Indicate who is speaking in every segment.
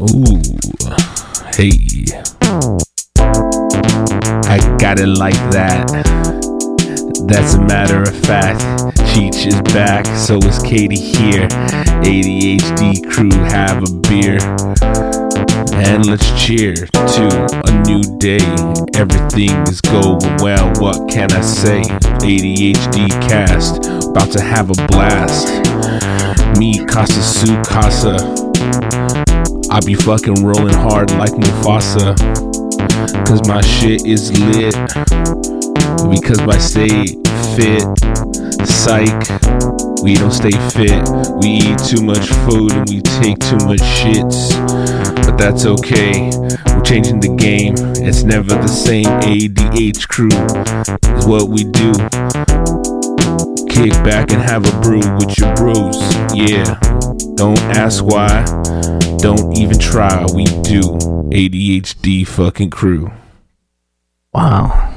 Speaker 1: Ooh, hey. I got it like that. That's a matter of fact. Cheech is back, so is Katie here. ADHD crew, have a beer. And let's cheer to a new day. Everything is going well, what can I say? ADHD cast, about to have a blast. Me, Casa Su Casa. I be fucking rolling hard like Mufasa. Cause my shit is lit. Because I stay fit. Psych. We don't stay fit. We eat too much food and we take too much shits. But that's okay. We're changing the game. It's never the same. ADH crew is what we do. Kick back and have a brew with your brews. Yeah. Don't ask why. Don't even try. We do. ADHD fucking crew.
Speaker 2: Wow.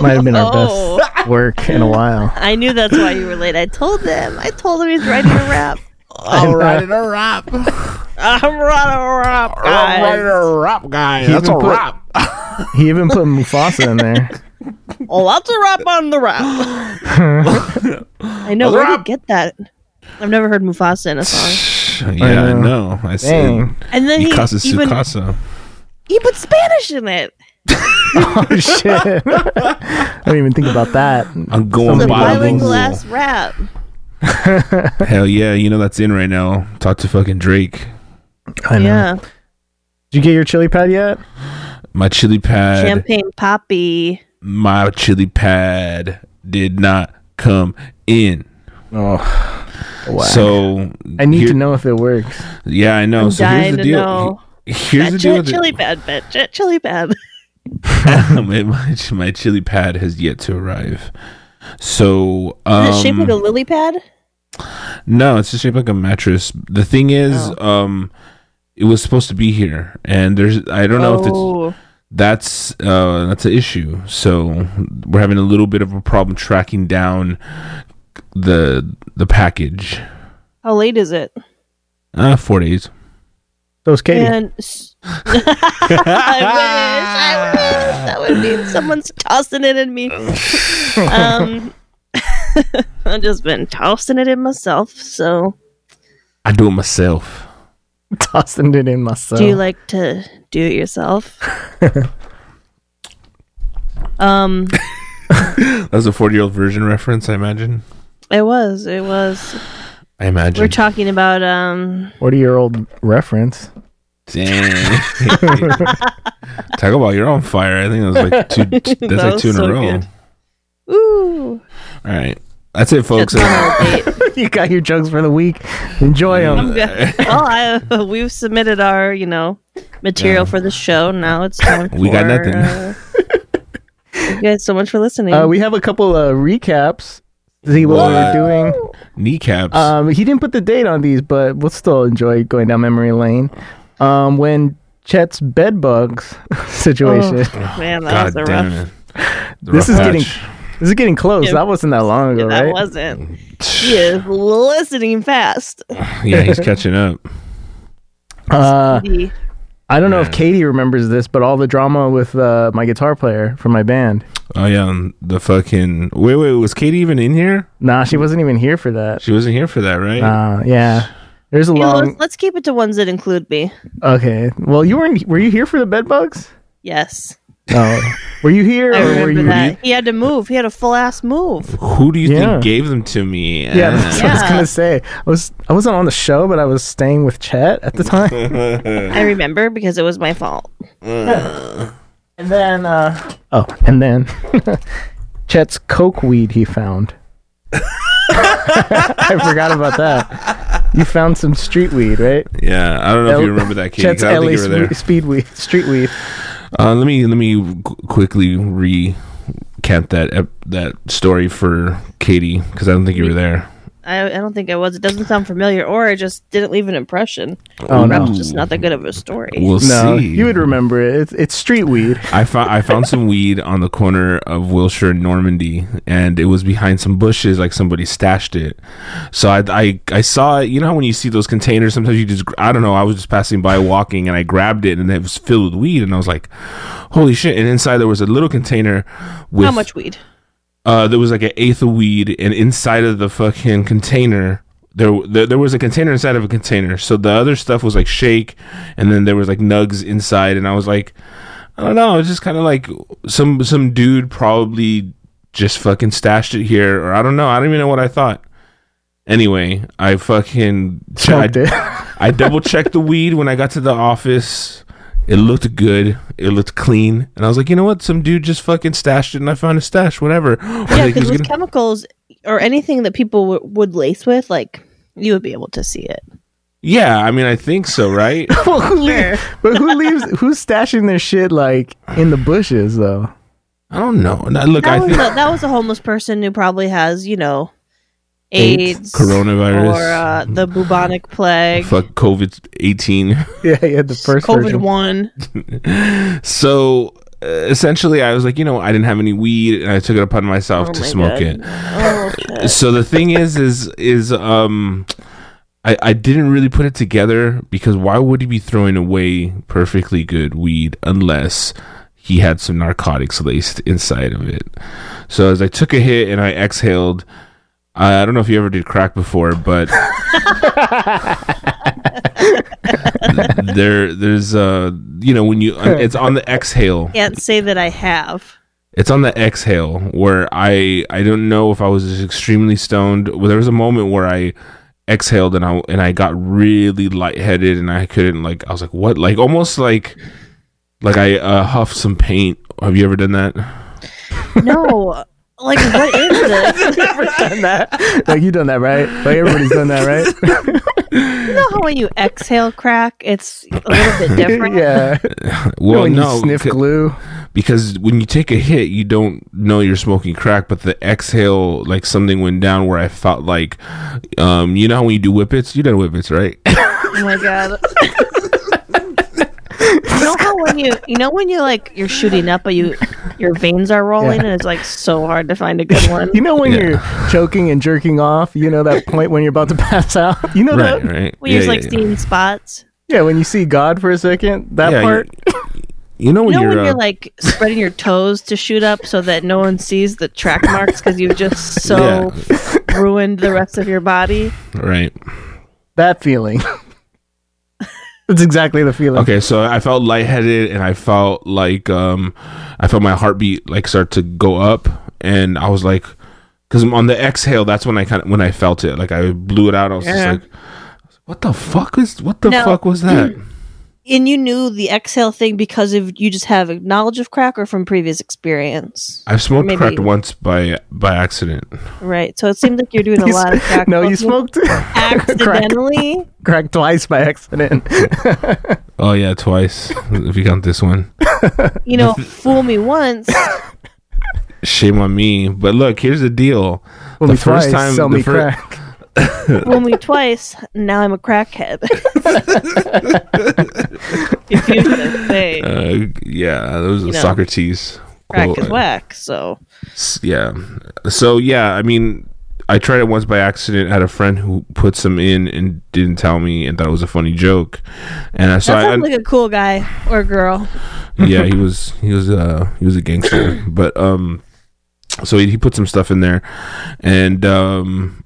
Speaker 2: Might have been our
Speaker 3: Oh.
Speaker 2: best work in a while.
Speaker 3: I knew that's why you were late. I told them. I told them he's writing a rap.
Speaker 2: uh,
Speaker 4: All right, a wrap.
Speaker 3: I'm writing a rap, guys.
Speaker 4: a wrap, guy.
Speaker 2: That's a
Speaker 4: wrap.
Speaker 2: He even put Mufasa in there.
Speaker 3: Oh, that's a rap on the rap. I know. Where did you get that? I've never heard Mufasa in a song.
Speaker 1: Uh, Yeah, I know. I see.
Speaker 2: Uh, Dang.
Speaker 3: And then he
Speaker 1: Mikasa
Speaker 3: even
Speaker 1: Sukasa.
Speaker 3: he put Spanish in it.
Speaker 2: Oh shit. I didn't even think about that.
Speaker 1: I'm going
Speaker 3: The
Speaker 1: by the
Speaker 3: bilingual rap.
Speaker 1: rule. Hell yeah, you know that's in right now. Talk to fucking Drake.
Speaker 2: I know.
Speaker 3: Yeah,
Speaker 2: Did you get your chili pad yet?
Speaker 1: My chili pad.
Speaker 3: champagne poppy.
Speaker 1: My chili pad did not come in.
Speaker 2: Oh. Wow.
Speaker 1: So
Speaker 2: I need
Speaker 1: here-
Speaker 2: to know if it works.
Speaker 1: Yeah, I know.
Speaker 3: I'm
Speaker 1: so here's
Speaker 3: dying
Speaker 1: the
Speaker 3: to
Speaker 1: deal.
Speaker 3: know.
Speaker 1: Here's the
Speaker 3: That jet
Speaker 1: deal. with it.
Speaker 3: chili pad, bitch. Jet chili pad.
Speaker 1: my, my, my chili pad has yet to arrive. So um,
Speaker 3: Is it shaped like a lily pad?
Speaker 1: No, it's just shaped like a mattress. The thing is,
Speaker 3: Oh.
Speaker 1: um, it was supposed to be here, and there's I don't know if it's
Speaker 3: oh,
Speaker 1: that's uh that's an issue. So we're having a little bit of a problem tracking down the the package.
Speaker 3: how late is it?
Speaker 1: Uh, four days.
Speaker 2: So it's Katie.
Speaker 3: And s- I wish, I wish that would mean someone's tossing it in me. um, I've just been tossing it in myself. So,
Speaker 1: I do it myself.
Speaker 2: Tossing it in myself.
Speaker 3: do you like to do it yourself? um,
Speaker 1: That was a forty-year-old version reference, I imagine.
Speaker 3: it was, it was.
Speaker 1: I imagine.
Speaker 3: We're talking about um,
Speaker 2: 40 year old reference.
Speaker 1: Dang. Talk about you're on fire. I think that was like two. That's
Speaker 3: That
Speaker 1: like
Speaker 3: was
Speaker 1: two in
Speaker 3: so
Speaker 1: a row.
Speaker 3: good. ooh,
Speaker 1: All right, that's it, folks.
Speaker 3: it's on our date.
Speaker 2: you got your jokes for the week. Enjoy them.
Speaker 3: Yeah. well, I, we've submitted our, you know, material for the show. Now it's time.
Speaker 1: We got
Speaker 3: for,
Speaker 1: nothing.
Speaker 3: uh, thank you guys so much for listening.
Speaker 2: Uh, we have a couple of recaps. See what,
Speaker 1: What?
Speaker 2: we're doing.
Speaker 1: Kneecaps.
Speaker 2: Um, he didn't put the date on these, but we'll still enjoy going down memory lane. Um, when Chet's bed bugs situation.
Speaker 3: Oh, Man, that
Speaker 1: God
Speaker 3: was a
Speaker 1: damn
Speaker 3: rough.
Speaker 1: it. The
Speaker 2: This
Speaker 1: rough
Speaker 2: is getting
Speaker 1: patch.
Speaker 2: this is getting close.
Speaker 3: Yeah.
Speaker 2: That wasn't that long ago,
Speaker 3: That
Speaker 2: right?
Speaker 3: wasn't. He is listening fast.
Speaker 1: Yeah, he's catching up.
Speaker 2: Uh,
Speaker 3: He-
Speaker 2: I don't know if Katie remembers this, but all the drama with uh, my guitar player from my band.
Speaker 1: Oh yeah, um, the fucking wait, wait. Was Katie even in here?
Speaker 2: Nah, she wasn't even here for that.
Speaker 1: She wasn't here for that, right?
Speaker 2: Uh, yeah, there's a
Speaker 3: You know, let's,
Speaker 2: long.
Speaker 3: let's keep it to ones that include me.
Speaker 2: Okay, well, you weren't. Were you here for the bed bugs?
Speaker 3: Yes,
Speaker 2: No. were you here?
Speaker 3: I
Speaker 2: or were
Speaker 3: remember
Speaker 2: you,
Speaker 3: that. He had to move. He had a full ass move.
Speaker 1: Who do you
Speaker 2: Yeah.
Speaker 1: think gave them to me?
Speaker 2: Yeah, that's what I was
Speaker 3: Yeah.
Speaker 2: gonna say. I was I wasn't on the show, but I was staying with Chet at the time.
Speaker 1: Ah.
Speaker 3: I remember because it was my fault.
Speaker 2: And then, uh, oh, and then Chet's coke weed he found. I forgot about that. You found some street weed, right?
Speaker 1: yeah, I don't know if
Speaker 2: L-
Speaker 1: you remember that, Katie. 'cause
Speaker 2: Chet's
Speaker 1: I don't
Speaker 2: LA
Speaker 1: think you were there.
Speaker 2: spe- speed weed, street weed.
Speaker 1: Uh, let me let me qu- quickly recap that ep- that story for Katie because I don't think you were there.
Speaker 3: I, I don't think I was. It doesn't sound familiar, or it just didn't leave an impression.
Speaker 2: Oh no.
Speaker 3: It's just not that good of a story.
Speaker 1: We'll
Speaker 2: No,
Speaker 1: see.
Speaker 2: you would remember it. It's, it's street weed.
Speaker 1: I found I found some weed on the corner of Wilshire and Normandy, and it was behind some bushes, like somebody stashed it. So I I, I saw it. You know how when you see those containers, sometimes you just gr- I don't know. I was just passing by, walking, and I grabbed it, and it was filled with weed, and I was like, "Holy shit!" And inside there was a little container with
Speaker 3: How much weed?
Speaker 1: uh, there was like an eighth of weed, and inside of the fucking container, there, there there was a container inside of a container. So the other stuff was like shake, and then there was like nugs inside, and I was like, I don't know, it's just kind of like some some dude probably just fucking stashed it here, or I don't know, I don't even know what I thought. Anyway, I fucking
Speaker 2: Smoked
Speaker 1: I-
Speaker 2: it.
Speaker 1: I double checked the weed when I got to the office. It looked good. It looked clean. And I was like, you know what? Some dude just fucking stashed it and I found a stash, whatever. Or
Speaker 3: Yeah, because
Speaker 1: like, he's
Speaker 3: with
Speaker 1: gonna-
Speaker 3: chemicals or anything that people w- would lace with, like you would be able to see it.
Speaker 1: yeah, I mean, I think so, right?
Speaker 2: well, who leaves, but who leaves? Who's stashing their shit like in the bushes though?
Speaker 1: I don't know. Now, look,
Speaker 3: That
Speaker 1: I
Speaker 3: was
Speaker 1: think
Speaker 3: a, that was a homeless person who probably has you know
Speaker 2: AIDS, mm-hmm.
Speaker 3: AIDS,
Speaker 1: coronavirus.
Speaker 3: or uh, the bubonic plague,
Speaker 1: Fuck COVID 18.
Speaker 2: Yeah, yeah. The first
Speaker 3: COVID
Speaker 2: version.
Speaker 3: one.
Speaker 1: so uh, essentially, I was like, you know, I didn't have any weed and I took it upon myself to
Speaker 3: my
Speaker 1: smoke
Speaker 3: God.
Speaker 1: it.
Speaker 3: Oh, shit.
Speaker 1: so the thing is is is um I, I didn't really put it together because why would he be throwing away perfectly good weed unless he had some narcotics laced inside of it. So as I took a hit and I exhaled, I I don't know if you ever did crack before, but there there's uh you know when you it's on the exhale
Speaker 3: Can't say that I have.
Speaker 1: it's on the exhale where I I don't know if I was just extremely stoned. Well, there was a moment where I exhaled and I and I got really lightheaded and I couldn't like I was like what like almost like like I uh, huffed some paint. Have you ever done that?
Speaker 3: No. Like what is this? you
Speaker 2: Done that. Like you done that right? Like everybody's done that right?
Speaker 3: know how when you exhale crack, it's a little bit different.
Speaker 2: yeah.
Speaker 1: Well,
Speaker 2: when
Speaker 1: no,
Speaker 2: you sniff
Speaker 1: c-
Speaker 2: glue.
Speaker 1: because when you take a hit, you don't know you're smoking crack, but the exhale like something went down where I felt like um you know how when you do whippets, you done whippets, right?
Speaker 3: Oh my god. you know how when you you know when you like you're shooting up but you your veins are rolling
Speaker 2: Yeah.
Speaker 3: and it's like so hard to find a good one.
Speaker 2: You know when you're choking and jerking off. You know that point when you're about to pass out. You know
Speaker 1: right,
Speaker 2: that.
Speaker 1: right.
Speaker 3: We just like seeing spots.
Speaker 2: Yeah, when you see God for a second. That
Speaker 1: Yeah,
Speaker 2: part.
Speaker 1: You, you know
Speaker 3: You
Speaker 1: when
Speaker 3: know
Speaker 1: you're,
Speaker 3: when you're
Speaker 1: uh,
Speaker 3: like spreading your toes to shoot up so that no one sees the track marks because you've just so ruined the rest of your body.
Speaker 1: uh, Right.
Speaker 2: That feeling. That's exactly the feeling.
Speaker 1: Okay, so I felt lightheaded and I felt like um I felt my heartbeat like start to go up and I was like cuz on the exhale that's when I kind of when I felt it like I blew it out I was
Speaker 3: Yeah.
Speaker 1: just like what the fuck is what the
Speaker 3: No.
Speaker 1: fuck was that?
Speaker 3: And you knew the exhale thing because of you just have knowledge of crack or from previous experience.
Speaker 1: I smoked
Speaker 3: Maybe-
Speaker 1: crack once by by accident.
Speaker 3: Right. So it seems like you're doing a lot of crack.
Speaker 2: no, you
Speaker 3: both
Speaker 2: smoked
Speaker 3: accidentally.
Speaker 2: crack twice by accident.
Speaker 1: Oh yeah, twice if you count this one.
Speaker 3: you know, fool me once.
Speaker 1: Shame on me. But look, here's the deal.
Speaker 2: Only
Speaker 1: first
Speaker 2: twice,
Speaker 1: time-
Speaker 2: sell
Speaker 1: the
Speaker 2: me
Speaker 1: fir-
Speaker 2: crack.
Speaker 3: fool me twice. Now I'm a crackhead. if you just say
Speaker 1: Uh, yeah, that was a
Speaker 3: know,
Speaker 1: Socrates
Speaker 3: crack
Speaker 1: quote.
Speaker 3: is whack, so
Speaker 1: S- yeah so yeah i mean i tried it once by accident had a friend who put some in and didn't tell me and thought it was a funny joke and i so
Speaker 3: that
Speaker 1: I,
Speaker 3: sounds like a cool guy or girl.
Speaker 1: yeah he was he was uh he was a gangster but um so he, he put some stuff in there and um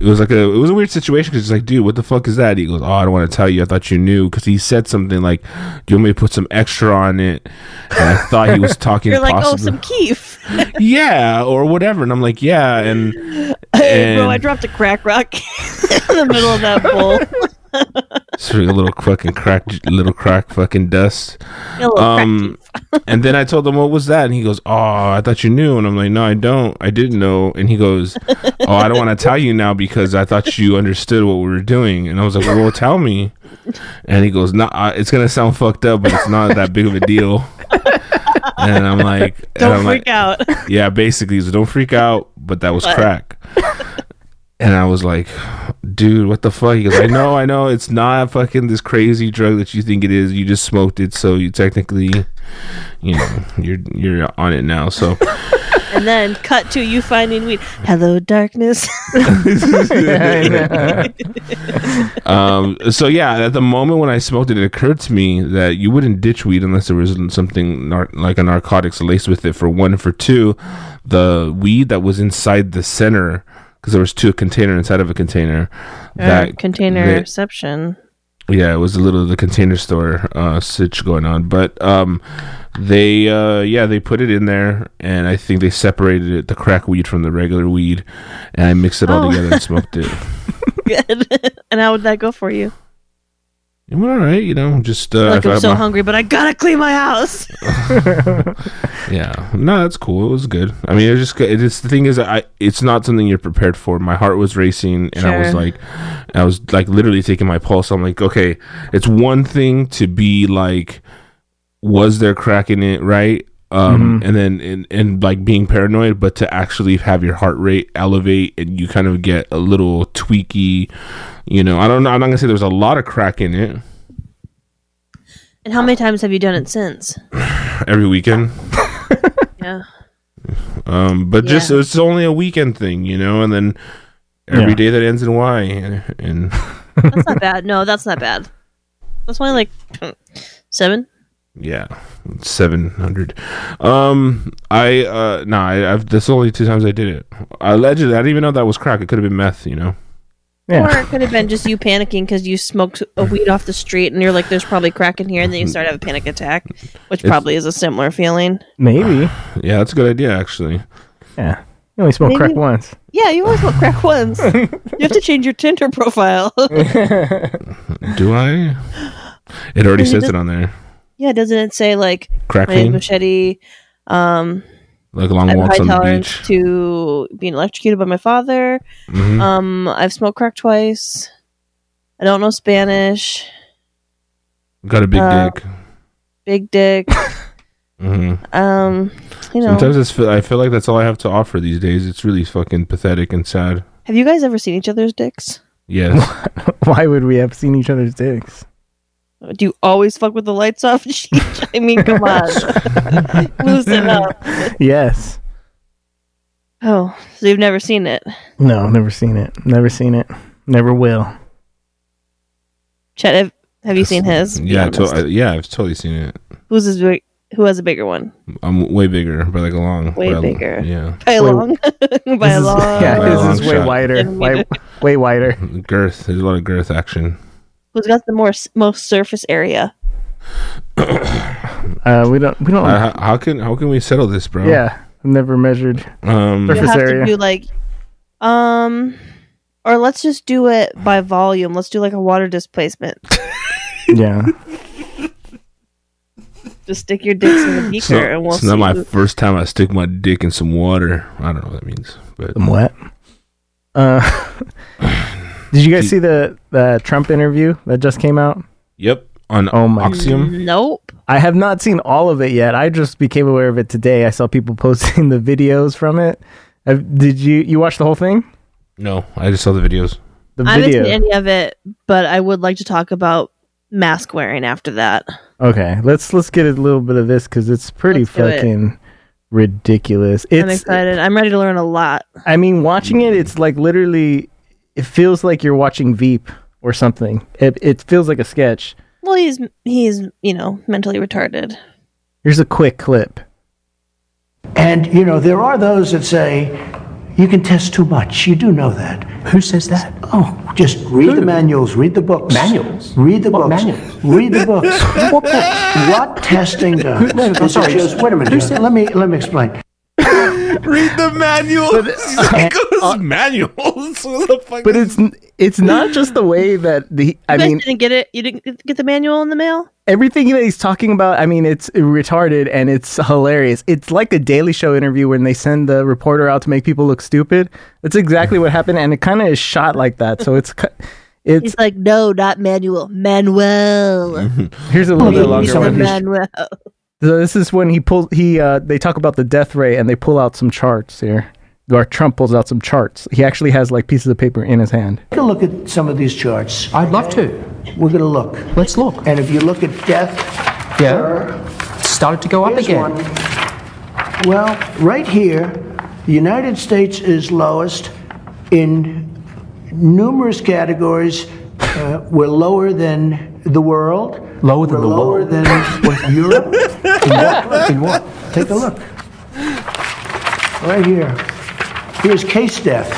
Speaker 1: it was like a it was a weird situation because he's like dude what the fuck is that he goes oh i don't want to tell you i thought you knew because he said something like do you want me to put some extra on it and i thought he was talking
Speaker 3: You're like, oh,
Speaker 1: possibly-
Speaker 3: some keef.
Speaker 1: yeah or whatever and i'm like yeah and
Speaker 3: Hey, bro,
Speaker 1: And-
Speaker 3: I dropped a crack rock in the middle of that bowl.
Speaker 1: Sprinkle a little fucking crack, little crack fucking dust.
Speaker 3: A little
Speaker 1: Um, and then I told him what was that, and he goes, "Oh, I thought you knew." And I'm like, "No, I don't. I didn't know." And he goes, "Oh, I don't want to tell you now because I thought you understood what we were doing." And I was like, "Well, tell me." And he goes, "No, I it's gonna sound fucked up, but it's not that big of a deal." And I'm like, and
Speaker 3: Don't
Speaker 1: I'm
Speaker 3: freak
Speaker 1: like,
Speaker 3: out.
Speaker 1: yeah, basically, so don't freak out, but that was crack. And I was like, dude, what the fuck? He goes, I know, I know, it's not fucking this crazy drug that you think it is. You just smoked it, so you technically, you know, you're you're on it now. So
Speaker 3: And then cut to you finding weed. Hello, darkness.
Speaker 1: um, so yeah, at the moment when I smoked it, it occurred to me that you wouldn't ditch weed unless there was something nar- like a narcotics laced with it. For one, for two, the weed that was inside the center, because there was two a container inside of a container.
Speaker 3: Or
Speaker 1: that-
Speaker 3: Uh, container exception.
Speaker 1: yeah, it was a little of the container store uh sitch going on, but um they uh yeah, they put it in there and I think they separated it the crack weed from the regular weed and I mixed it all
Speaker 3: Oh.
Speaker 1: together and smoked it.
Speaker 3: Good. and how would that go for you?
Speaker 1: It went all right, you know, just uh
Speaker 3: Like
Speaker 1: if I
Speaker 3: I'm
Speaker 1: had
Speaker 3: so
Speaker 1: my-
Speaker 3: hungry, but I gotta clean my house.
Speaker 1: yeah. No, that's cool. It was good. I mean, it was just good. It is the thing is I it's not something you're prepared for. My heart was racing and I was
Speaker 3: Sure.
Speaker 1: like I was like literally taking my pulse. I'm like, okay, it's one thing to be like was there crack in it right
Speaker 3: Mm-hmm.
Speaker 1: um and then and, and like being paranoid but to actually have your heart rate elevate and you kind of get a little tweaky you know i don't know i'm not gonna say there's a lot of crack in it
Speaker 3: And how many times have you done it since?
Speaker 1: every weekend
Speaker 3: Yeah.
Speaker 1: um but just
Speaker 3: Yeah.
Speaker 1: it's only a weekend thing you know and then every
Speaker 2: Yeah.
Speaker 1: day that ends in y and, and
Speaker 3: That's not bad. No, that's not bad. That's only like seven.
Speaker 1: yeah 700 um i uh nah I, i've that's only two times i did it allegedly i didn't even know that was crack it could have been meth you know
Speaker 3: Or
Speaker 2: Yeah.
Speaker 3: it could have been just you panicking because you smoked a weed off the street and you're like, there's probably crack in here. And then you start to have a panic attack, which probably is a similar feeling.
Speaker 2: Maybe.
Speaker 1: yeah that's a good idea actually
Speaker 2: Yeah. You only smoke crack once.
Speaker 3: Yeah, you always smoke crack once. you have to change your Tinder profile.
Speaker 1: Do I? It already
Speaker 3: Does it
Speaker 1: says
Speaker 3: just-
Speaker 1: it on there.
Speaker 3: yeah, doesn't it say like
Speaker 1: Crack
Speaker 3: my name's
Speaker 1: fiend,
Speaker 3: Machete? Um,
Speaker 1: like long
Speaker 3: I have a
Speaker 1: walks
Speaker 3: high
Speaker 1: on the
Speaker 3: tolerance
Speaker 1: beach.
Speaker 3: to being electrocuted by my father.
Speaker 1: Mhm.
Speaker 3: Um, I've smoked crack twice. I don't know Spanish.
Speaker 1: Got a big
Speaker 3: uh,
Speaker 1: dick.
Speaker 3: Big dick.
Speaker 1: hmm
Speaker 3: Um, you know.
Speaker 1: Sometimes it's, I feel like that's all I have to offer these days. It's really fucking pathetic and sad.
Speaker 3: Have you guys ever seen each other's dicks?
Speaker 1: Yes.
Speaker 2: Why would we have seen each other's dicks?
Speaker 3: Do you always fuck with the lights off? Sheesh, I mean, come on, loosen up.
Speaker 2: Yes.
Speaker 3: Oh, so you've never seen it?
Speaker 2: No, never seen it. Never seen it. Never will.
Speaker 3: Chet, have, have you seen his? Be
Speaker 1: yeah. To-
Speaker 3: honest.
Speaker 1: I, yeah. I've totally seen it.
Speaker 3: Who's his big? Who has a bigger one?
Speaker 1: I'm way bigger, but like a long.
Speaker 3: Way
Speaker 1: by a-
Speaker 3: bigger.
Speaker 1: Yeah.
Speaker 3: By a
Speaker 2: Wait,
Speaker 3: long, by a
Speaker 2: This is-
Speaker 3: long.
Speaker 2: Yeah,
Speaker 1: By a long
Speaker 2: this is way
Speaker 1: shot.
Speaker 2: wider.
Speaker 3: Didn't
Speaker 2: Way,
Speaker 3: mean
Speaker 2: way wider.
Speaker 1: Girth. There's a lot of girth action.
Speaker 3: Who's got the more s- most surface area?
Speaker 2: Uh, we don't. We don't.
Speaker 1: Uh, how, how can how can we settle this, bro?
Speaker 2: yeah. Never measured.
Speaker 1: Um.
Speaker 3: You
Speaker 2: Surface
Speaker 3: have
Speaker 2: area.
Speaker 3: to do like, um, or let's just do it by volume. Let's do like a water displacement.
Speaker 2: Yeah.
Speaker 3: Just stick your dicks in the
Speaker 1: It's
Speaker 3: beaker,
Speaker 1: not,
Speaker 3: and we'll
Speaker 1: it's
Speaker 3: see.
Speaker 1: not my
Speaker 3: who-
Speaker 1: first time I stick my dick in some water. I don't know what that means, but
Speaker 2: Some what? Uh, did you guys see the the Trump interview that just came out?
Speaker 1: yep. On
Speaker 2: Oh my-
Speaker 1: Oxium.
Speaker 3: Nope.
Speaker 2: I have not seen all of it yet. I just became aware of it today. I saw people posting the videos from it. Uh, did you you watch the whole thing?
Speaker 1: No, I just saw the videos.
Speaker 2: The
Speaker 3: I haven't
Speaker 2: video.
Speaker 3: seen any of it, but I would like to talk about mask wearing after that.
Speaker 2: okay, let's let's get a little bit of this because it's pretty
Speaker 3: Let's do it.
Speaker 2: fucking ridiculous. It's
Speaker 3: I'm excited. I'm ready to learn a lot.
Speaker 2: I mean, watching it, it's like literally, it feels like you're watching Veep or something. It, it feels like a sketch.
Speaker 3: Well, he's he's you know mentally retarded.
Speaker 2: Here's a quick clip.
Speaker 5: And, you know, there are those that say, you can test too much. You do know that. Who says that? Oh, just read the manuals, read the books. Manuals? Read the books. Manuals? Read the books. what, testing does is it shows, wait a minute, John, let me, let me explain.
Speaker 1: Read the manuals. manuals. What the fuck?
Speaker 2: uh, But it's it's not just the way that the I
Speaker 3: You guys
Speaker 2: mean
Speaker 3: didn't get it. You didn't get the manual in the mail.
Speaker 2: everything that he's talking about. I mean, it's retarded and it's hilarious. It's like the Daily Show interview when they send the reporter out to make people look stupid. That's exactly what happened, and it kind of is shot like that. So it's ki- it's
Speaker 3: He's like, no, not manual, Manuel.
Speaker 2: Mm-hmm. here's a little bit
Speaker 5: Please,
Speaker 2: longer.
Speaker 5: someone
Speaker 2: one.
Speaker 5: who's-
Speaker 3: Manuel.
Speaker 2: So this is when he pulls he uh, they talk about the death rate and they pull out some charts here. or Trump pulls out some charts. He actually has like pieces of paper in his hand.
Speaker 5: Take a look at some of these charts.
Speaker 6: I'd love to.
Speaker 5: We're going to look.
Speaker 6: Let's look.
Speaker 5: And if you look at death,
Speaker 6: Yeah. Started to go up
Speaker 5: Here's
Speaker 6: again.
Speaker 5: one. Well, right here, the United States is lowest in numerous categories. Uh, we're lower than the world.
Speaker 6: Lower than
Speaker 5: we're
Speaker 6: the
Speaker 5: lower
Speaker 6: world.
Speaker 5: than Europe.
Speaker 6: In what? In what?
Speaker 5: Take a look. Right here. Here's case death.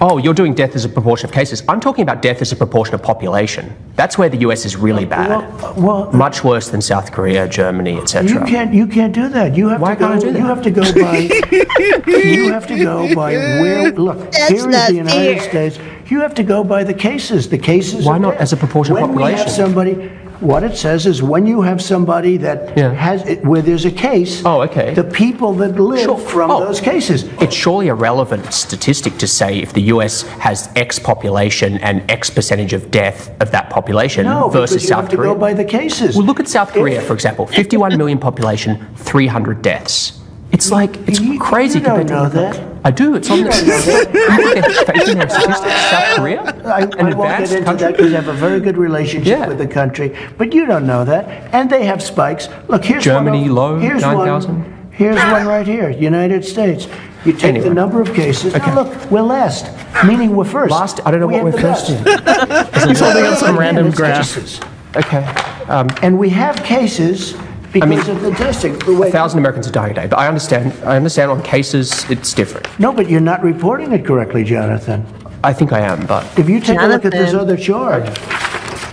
Speaker 6: Oh, you're doing death as a proportion of cases. I'm talking about death as a proportion of population. That's where the US is really bad.
Speaker 5: Well, well
Speaker 6: Much worse than South Korea, Germany,
Speaker 5: you
Speaker 6: etc.
Speaker 5: can't you can't do that. You have
Speaker 6: Why
Speaker 5: to go.
Speaker 6: can't I do that?
Speaker 5: You have to go by. you have to go by where. Look,
Speaker 3: That's
Speaker 5: here is
Speaker 3: not
Speaker 5: the United
Speaker 3: fair.
Speaker 5: States. You have to go by the cases. The cases.
Speaker 6: Why
Speaker 5: are
Speaker 6: not
Speaker 5: there.
Speaker 6: as a proportion of
Speaker 5: when We have
Speaker 6: population?
Speaker 5: somebody. What it says is when you have somebody that
Speaker 6: Yeah.
Speaker 5: has it, where there's a case.
Speaker 6: Oh, okay.
Speaker 5: The people that live
Speaker 6: Sure.
Speaker 5: from
Speaker 6: Oh.
Speaker 5: those cases.
Speaker 6: It's surely a relevant statistic to say if the US has X population and X percentage of death of that population
Speaker 5: no,
Speaker 6: versus
Speaker 5: because you
Speaker 6: South
Speaker 5: have to
Speaker 6: Korea.
Speaker 5: go by the cases.
Speaker 6: Well, look at South Korea, for example. 51 million population, 300 deaths. It's like, it's
Speaker 5: You-
Speaker 6: crazy
Speaker 5: you don't
Speaker 6: compared
Speaker 5: know
Speaker 6: to
Speaker 5: that.
Speaker 6: I do. It's on the. You think they're faking their statistics? South Korea?
Speaker 5: I, I
Speaker 6: An
Speaker 5: won't get
Speaker 6: advanced
Speaker 5: into
Speaker 6: country?
Speaker 5: that because I have a very good relationship
Speaker 6: Yeah.
Speaker 5: with the country. But you don't know that, and they have spikes. Look, here's
Speaker 6: Germany
Speaker 5: one, of-
Speaker 6: low,
Speaker 5: here's
Speaker 6: 9,000.
Speaker 5: One, here's one right here, United States. You take
Speaker 6: Anyway.
Speaker 5: the number of cases. Now look, we're last, meaning we're first.
Speaker 6: Last, I don't know
Speaker 5: We have
Speaker 6: what we're
Speaker 5: the
Speaker 6: first
Speaker 5: best.
Speaker 6: in.
Speaker 2: He's holding up some
Speaker 5: Again,
Speaker 2: random
Speaker 5: it's
Speaker 2: graph.
Speaker 5: cases.
Speaker 6: Okay. Um,
Speaker 5: And we have cases because
Speaker 6: mean,
Speaker 5: of the testing. The way,
Speaker 6: a thousand Americans are dying a day, but I understand. I understand on cases it's different.
Speaker 5: no, but you're not reporting it correctly, Jonathan.
Speaker 6: I think I am, but
Speaker 5: If you take a look at this
Speaker 3: Jonathan.
Speaker 5: other chart,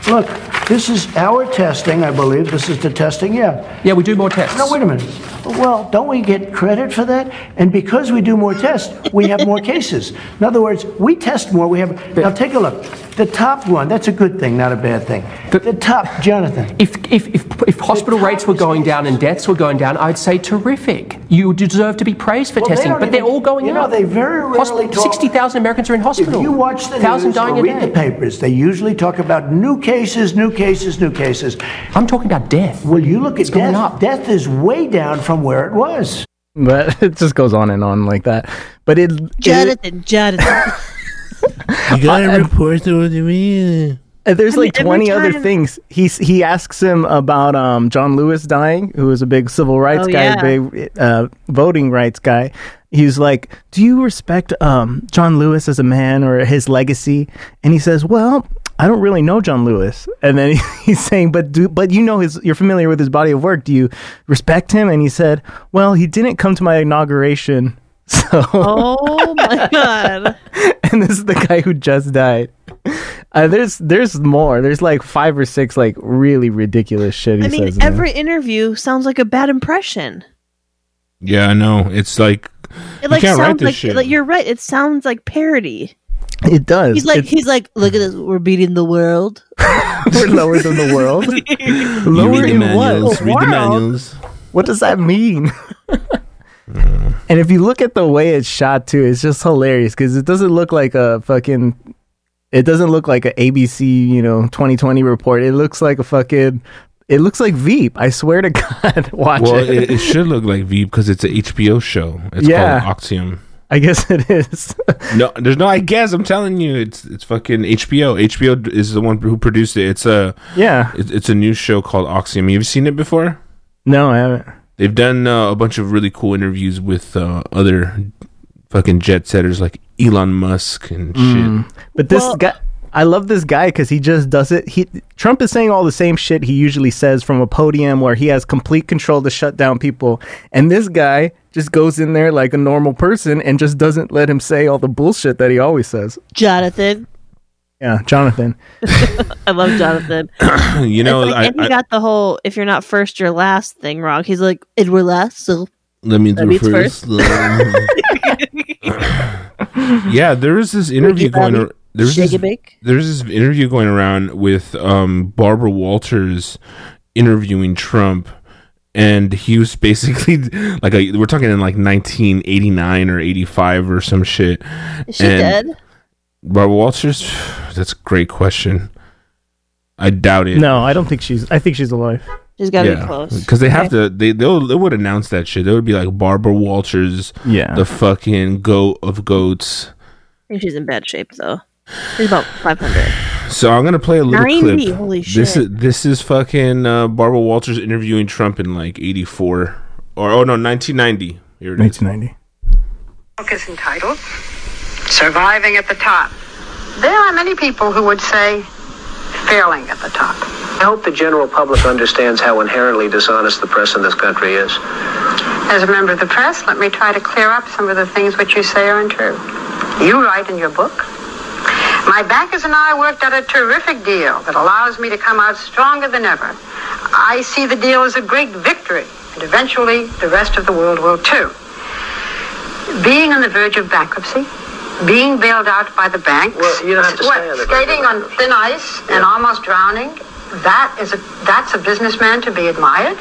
Speaker 5: look, this is our testing, I believe. This is the testing, yeah.
Speaker 6: yeah, we do more tests.
Speaker 5: No, wait a minute. Well, don't we get credit for that? And because we do more tests, we have more cases. In other words, we test more. We have. Now take a look. The top one. That's a good thing, not a bad thing. The, top, Jonathan.
Speaker 6: If, if, if, if hospital rates were going down and deaths were going down, I'd say terrific. You deserve to be praised for
Speaker 5: Well, they
Speaker 6: testing,
Speaker 5: don't
Speaker 6: but they're
Speaker 5: even-
Speaker 6: all going
Speaker 5: you know,
Speaker 6: up.
Speaker 5: they very rarely
Speaker 6: Hosp-
Speaker 5: talk-
Speaker 6: 60,000 Americans are in
Speaker 5: If
Speaker 6: hospital.
Speaker 5: you watch the
Speaker 6: 1,000
Speaker 5: news
Speaker 6: dying
Speaker 5: or
Speaker 6: a
Speaker 5: read
Speaker 6: day.
Speaker 5: the papers, they usually talk about new cases, new cases, new cases.
Speaker 6: I'm talking about death.
Speaker 5: Well, you look at
Speaker 6: going
Speaker 5: death.
Speaker 6: up.
Speaker 5: Death is way down from where it was.
Speaker 2: But it just goes on and on like that. But it, it
Speaker 3: Jonathan, Jonathan.
Speaker 4: You gotta report to me.
Speaker 2: And uh, there's like
Speaker 3: every
Speaker 2: 20 other
Speaker 3: time-
Speaker 2: things. He he asks him about um, John Lewis dying, who was a big civil rights
Speaker 3: Oh,
Speaker 2: guy,
Speaker 3: yeah.
Speaker 2: big uh, voting rights guy. He's like, "Do you respect um, John Lewis as a man or his legacy?" And he says, "Well, I don't really know John Lewis." And then he's saying, "But do but you know his you're familiar with his body of work. Do you respect him?" And he said, "Well, he didn't come to my inauguration." So
Speaker 3: oh my god.
Speaker 2: and this is the guy who just died. Uh, there's there's more. There's like five or six like really ridiculous shit he
Speaker 3: I mean,
Speaker 2: says. in
Speaker 3: every interview sounds like a bad impression.
Speaker 1: Yeah, I know. It's like
Speaker 3: It like
Speaker 1: can't write
Speaker 3: sounds
Speaker 1: this
Speaker 3: like,
Speaker 1: shit.
Speaker 3: like you're right. It sounds like parody.
Speaker 2: there. it does.
Speaker 3: He's like
Speaker 2: It's-
Speaker 3: he's like, look at this. We're beating the world.
Speaker 2: we're lower than the world.
Speaker 1: you
Speaker 2: lower
Speaker 1: read the
Speaker 2: in
Speaker 1: manuals.
Speaker 2: what? Oh,
Speaker 1: Read the
Speaker 2: Wow.
Speaker 1: manuals.
Speaker 2: What does that mean?
Speaker 1: Mm.
Speaker 2: and if you look at the way it's shot too, it's just hilarious because it doesn't look like a fucking. It doesn't look like a ABC, you know, 2020 report. It looks like a fucking. It looks like Veep. I swear to God, watch
Speaker 1: Well,
Speaker 2: it.
Speaker 1: it, it should look like Veep because it's an HBO show. It's
Speaker 2: Yeah.
Speaker 1: called Oxium.
Speaker 2: I guess it is.
Speaker 1: No, there's no. I guess I'm telling you, it's it's fucking HBO. HBO is the one who produced it. It's a
Speaker 2: yeah.
Speaker 1: it's, it's a new show called Oxium. You've seen it before?
Speaker 2: No, I haven't.
Speaker 1: They've done uh, a bunch of really cool interviews with uh, other fucking jet setters like Elon Musk and shit.
Speaker 2: But this
Speaker 3: Well-
Speaker 2: guy, I love this guy because he just does it. He Trump is saying all the same shit he usually says from a podium where he has complete control to shut down people, and this guy just goes in there like a normal person and just doesn't let him say all the bullshit that he always says.
Speaker 3: Jonathan.
Speaker 2: Yeah, Jonathan.
Speaker 3: I love Jonathan.
Speaker 1: you know,
Speaker 3: It's like-
Speaker 1: I,
Speaker 3: and he
Speaker 1: I,
Speaker 3: got the whole if you're not first, you're last thing wrong. He's like, and we're last, so
Speaker 1: let me
Speaker 3: That
Speaker 1: do
Speaker 3: means
Speaker 1: first. yeah, there is this interview
Speaker 3: Would you
Speaker 1: going.
Speaker 3: rather
Speaker 1: ar- There's
Speaker 3: shake
Speaker 1: this,
Speaker 3: and bake.
Speaker 1: there's this interview going around with um, Barbara Walters interviewing Trump, and he was basically like a, we're talking in like 1989 or 85 or some shit.
Speaker 3: Is she
Speaker 1: And-
Speaker 3: dead?
Speaker 1: Barbara Walters, that's a great question. I doubt it.
Speaker 2: No, I don't think she's. I think she's alive.
Speaker 3: There's got to be
Speaker 1: Yeah,
Speaker 3: close.
Speaker 1: because they have to. They they'll, they would announce that shit. They would be like Barbara Walters,
Speaker 2: Yeah.
Speaker 1: the fucking goat of goats.
Speaker 3: She's in bad shape though. She's about 500.
Speaker 1: So I'm gonna play a little
Speaker 3: 90,
Speaker 1: clip.
Speaker 3: holy
Speaker 1: This
Speaker 3: shit.
Speaker 1: is this is fucking uh, Barbara Walters interviewing Trump in like '84 or oh no 1990. Here it is.
Speaker 2: 1990.
Speaker 7: book is entitled Surviving at the Top. There are many people who would say failing at the top.
Speaker 8: I hope the general public understands how inherently dishonest the press in this country is.
Speaker 7: As a member of the press, let me try to clear up some of the things which you say are untrue. You write in your book. My bankers and I worked out a terrific deal that allows me to come out stronger than ever. I see the deal as a great victory, and eventually the rest of the world will too. Being on the verge of bankruptcy, being bailed out by the banks,
Speaker 8: Well, you don't have to
Speaker 7: what,
Speaker 8: say on the verge of
Speaker 7: skating on
Speaker 8: bankruptcy.
Speaker 7: thin ice and almost drowning, that is a, that's a businessman to be admired?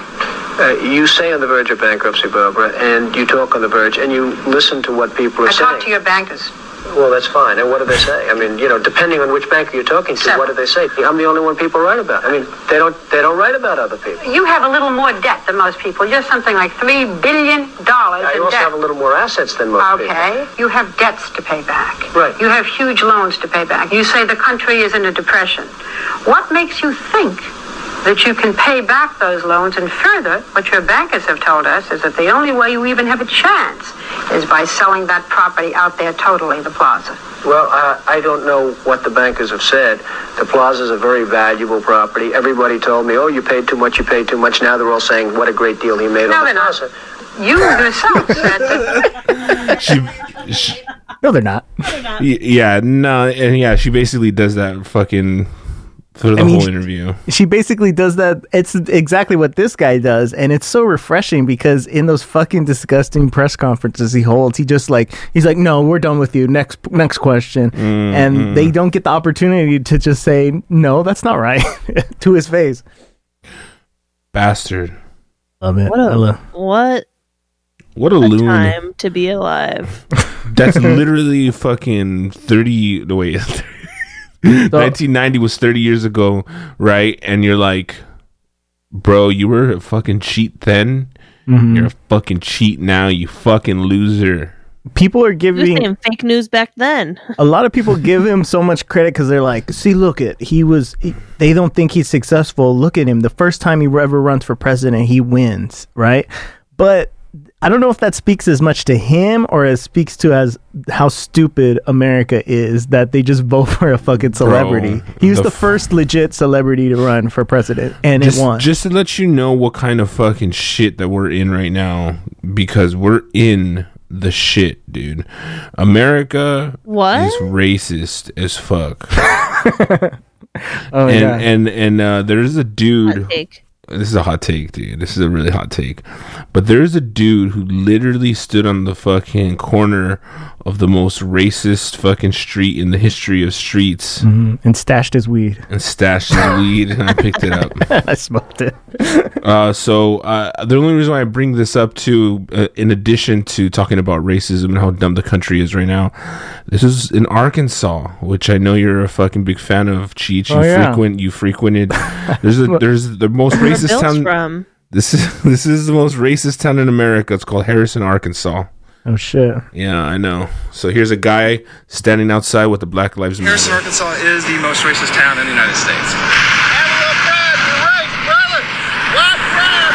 Speaker 8: Uh, you say on the verge of bankruptcy, Barbara, and you talk on the verge, and you listen to what people are
Speaker 7: I
Speaker 8: saying.
Speaker 7: talk to your bankers.
Speaker 8: Well, that's fine. And what do they say? I mean, you know, depending on which banker you're talking to,
Speaker 7: Several.
Speaker 8: what do they say? I'm the only one people write about. I mean, they don't they don't write about other people.
Speaker 7: You have a little more debt than most people. You're something like three billion dollars
Speaker 8: I
Speaker 7: in
Speaker 8: also
Speaker 7: debt.
Speaker 8: have a little more assets than most people.
Speaker 7: okay. You have debts to pay back.
Speaker 8: Right.
Speaker 7: You have huge loans to pay back. You say the country is in a depression. What makes you think that you can pay back those loans? And further, what your bankers have told us is that the only way you even have a chance is by selling that property out there totally, the plaza.
Speaker 8: Well, I, I don't know what the bankers have said. The plaza's a very valuable property. Everybody told me, oh, you paid too much, you paid too much. Now they're all saying, what a great deal he made
Speaker 7: No,
Speaker 8: on the
Speaker 7: they're not.
Speaker 8: plaza.
Speaker 7: You yourself said that
Speaker 1: She, she
Speaker 2: No, they're not.
Speaker 1: y- yeah no and yeah she basically does that fucking through the
Speaker 2: mean,
Speaker 1: whole
Speaker 2: she-
Speaker 1: interview.
Speaker 2: she basically does that. It's exactly what this guy does, and it's so refreshing because in those fucking disgusting press conferences he holds, he just like he's like, "No, we're done with you. Next, next question," and they don't get the opportunity to just say, "No, that's not right," to his face.
Speaker 1: Bastard.
Speaker 2: Love it.
Speaker 3: What a what
Speaker 1: What a,
Speaker 3: a
Speaker 1: loon.
Speaker 3: time to be alive.
Speaker 1: That's literally fucking 30. No, wait. 1990 was 30 years ago, right? And you're like, bro, you were a fucking cheat then. You're a fucking cheat now, you fucking loser.
Speaker 2: People are
Speaker 3: You were
Speaker 2: giving
Speaker 3: saying fake news back then.
Speaker 2: a lot of people give him so much credit because they're like, see, look at he was. he- they don't think he's successful. Look at him. The first time he ever runs for president, he wins, right? But I don't know if that speaks as much to him or as speaks to as how stupid America is that they just vote for a fucking celebrity. he was
Speaker 1: the
Speaker 2: the,
Speaker 1: f-
Speaker 2: first legit celebrity to run for president, and
Speaker 1: Just,
Speaker 2: it won.
Speaker 1: just to let you know what kind of fucking shit that we're in right now, because we're in the shit, dude. America
Speaker 3: What?
Speaker 1: is racist as fuck.
Speaker 2: oh
Speaker 1: and,
Speaker 2: yeah.
Speaker 1: and and uh, there's a dude.
Speaker 3: Hot take.
Speaker 1: This is a hot take, dude. This is a really hot take. But there's a dude who literally stood on the fucking corner of the most racist fucking street in the history of streets
Speaker 2: Mhm. and stashed his weed.
Speaker 1: and stashed his weed, and I picked it up.
Speaker 2: I smoked it.
Speaker 1: Uh, so uh, the only reason why I bring this up too, uh, in addition to talking about racism and how dumb the country is right now, this is in Arkansas, which I know you're a fucking big fan of. Cheech, you
Speaker 2: Oh, yeah.
Speaker 1: frequent, you frequented. There's a, there's the most
Speaker 3: Where
Speaker 1: racist
Speaker 3: Bill's
Speaker 1: town.
Speaker 3: from.
Speaker 1: This is this is the most racist town in America. It's called Harrison, Arkansas.
Speaker 2: Oh shit.
Speaker 1: Yeah, I know. So here's a guy standing outside with the Black Lives
Speaker 9: Harrison,
Speaker 1: Matter.
Speaker 9: Arkansas is the most racist town in the United States.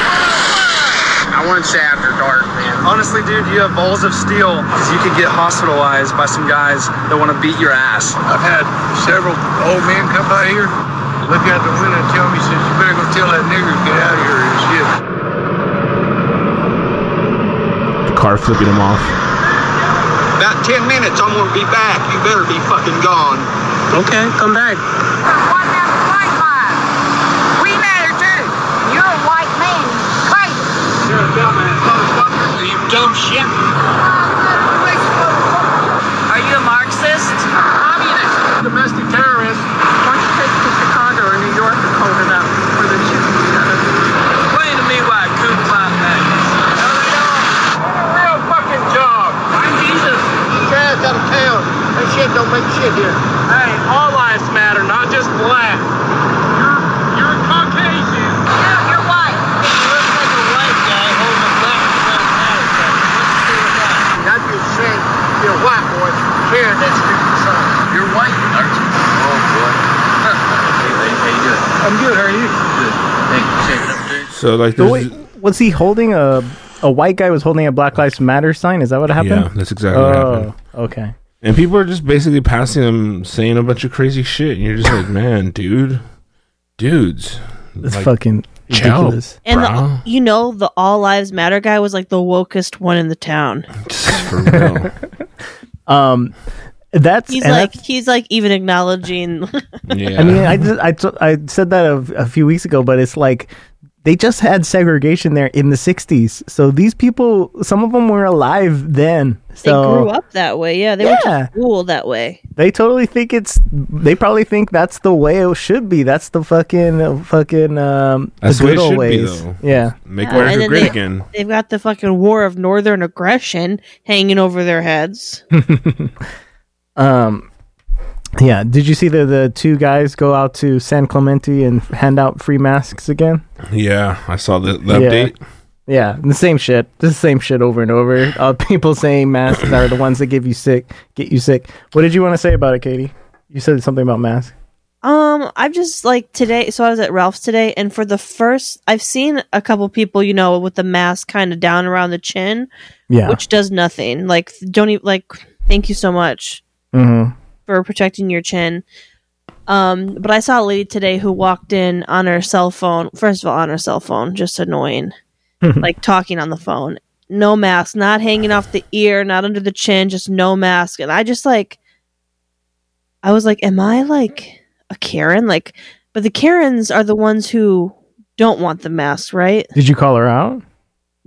Speaker 9: I want to say after dark, man. Honestly, dude, you have balls of steel because you could get hospitalized by some guys that want to beat your ass. I've had several old men come by here, look out the window, and tell me, says, you better go tell that nigger to get out of here and shit.
Speaker 1: The car flipping him off.
Speaker 9: About 10 minutes, I'm going to be back. You better be fucking gone. Okay, come back.
Speaker 7: One man, white man. We matter too. You're a white man. Crazy.
Speaker 9: You're a dumb ass motherfucker. You dumb shit.
Speaker 7: Are you a Marxist? Communist.
Speaker 9: Domestic terrorist.
Speaker 7: Why don't you take to Chicago or New York and hold it up where the shooting
Speaker 9: Explain to me why Ku Klux Klan. Real fucking job. I'm Jesus. Get your ass out of town. That shit don't make shit here. Hey, all lives matter, not Oh, I'm good. How are you? Good.
Speaker 1: So like
Speaker 2: So
Speaker 1: there's,
Speaker 2: wait, was he holding a a white guy was holding a Black Lives Matter sign? Is that what happened?
Speaker 1: Yeah, that's exactly what happened.
Speaker 2: Oh, Okay.
Speaker 1: and people are just basically passing them, saying a bunch of crazy shit, and you're just like, man, dude, dudes,
Speaker 2: That's
Speaker 1: like,
Speaker 2: fucking
Speaker 1: chill,
Speaker 2: ridiculous.
Speaker 3: And
Speaker 1: bro.
Speaker 3: the, you know, the All Lives Matter guy was like the wokest one in the town.
Speaker 1: for real.
Speaker 2: Um, that's
Speaker 3: He's
Speaker 2: and
Speaker 3: like,
Speaker 2: that's-
Speaker 3: he's like even acknowledging.
Speaker 1: Yeah,
Speaker 2: I mean, I just, I t- I said that a, a few weeks ago, but it's like they just had segregation there in the '60s. So these people, some of them were alive then.
Speaker 3: they
Speaker 2: So
Speaker 3: grew up that way. Yeah, they
Speaker 2: Yeah.
Speaker 3: went to school that way.
Speaker 2: They totally think it's. They probably think that's the way it should be. That's the fucking fucking um.
Speaker 1: That's the way
Speaker 2: good
Speaker 1: it
Speaker 2: old
Speaker 1: should be,
Speaker 2: ways.
Speaker 1: though.
Speaker 2: Yeah.
Speaker 1: make
Speaker 3: Yeah, and
Speaker 1: America
Speaker 3: then
Speaker 1: great
Speaker 3: they-
Speaker 1: again.
Speaker 3: They've got the fucking War of Northern Aggression hanging over their heads.
Speaker 2: Um. Yeah. Did you see the the two guys go out to San Clemente and hand out free masks again?
Speaker 1: Yeah, I saw the, the
Speaker 2: Yeah.
Speaker 1: update.
Speaker 2: Yeah, the same shit. The same shit over and over. Uh, people saying masks are the ones that give you sick, get you sick. What did you want to say about it, Katie? You said something about masks.
Speaker 3: Um, I've just like today. So I was at Ralph's today, and for the first, I've seen a couple people, you know, with the mask kind of down around the chin,
Speaker 2: Yeah.
Speaker 3: which does nothing. Like, don't even like. Thank you so much
Speaker 2: hmm
Speaker 3: for protecting your chin. Um, but I saw a lady today who walked in on her cell phone. First of all, on her cell phone, just annoying, like talking on the phone. No mask, not hanging off the ear, not under the chin, just no mask. And I just like, I was like, am I like a Karen? Like, but the Karens are the ones who don't want the mask, right?
Speaker 2: Did you call her out?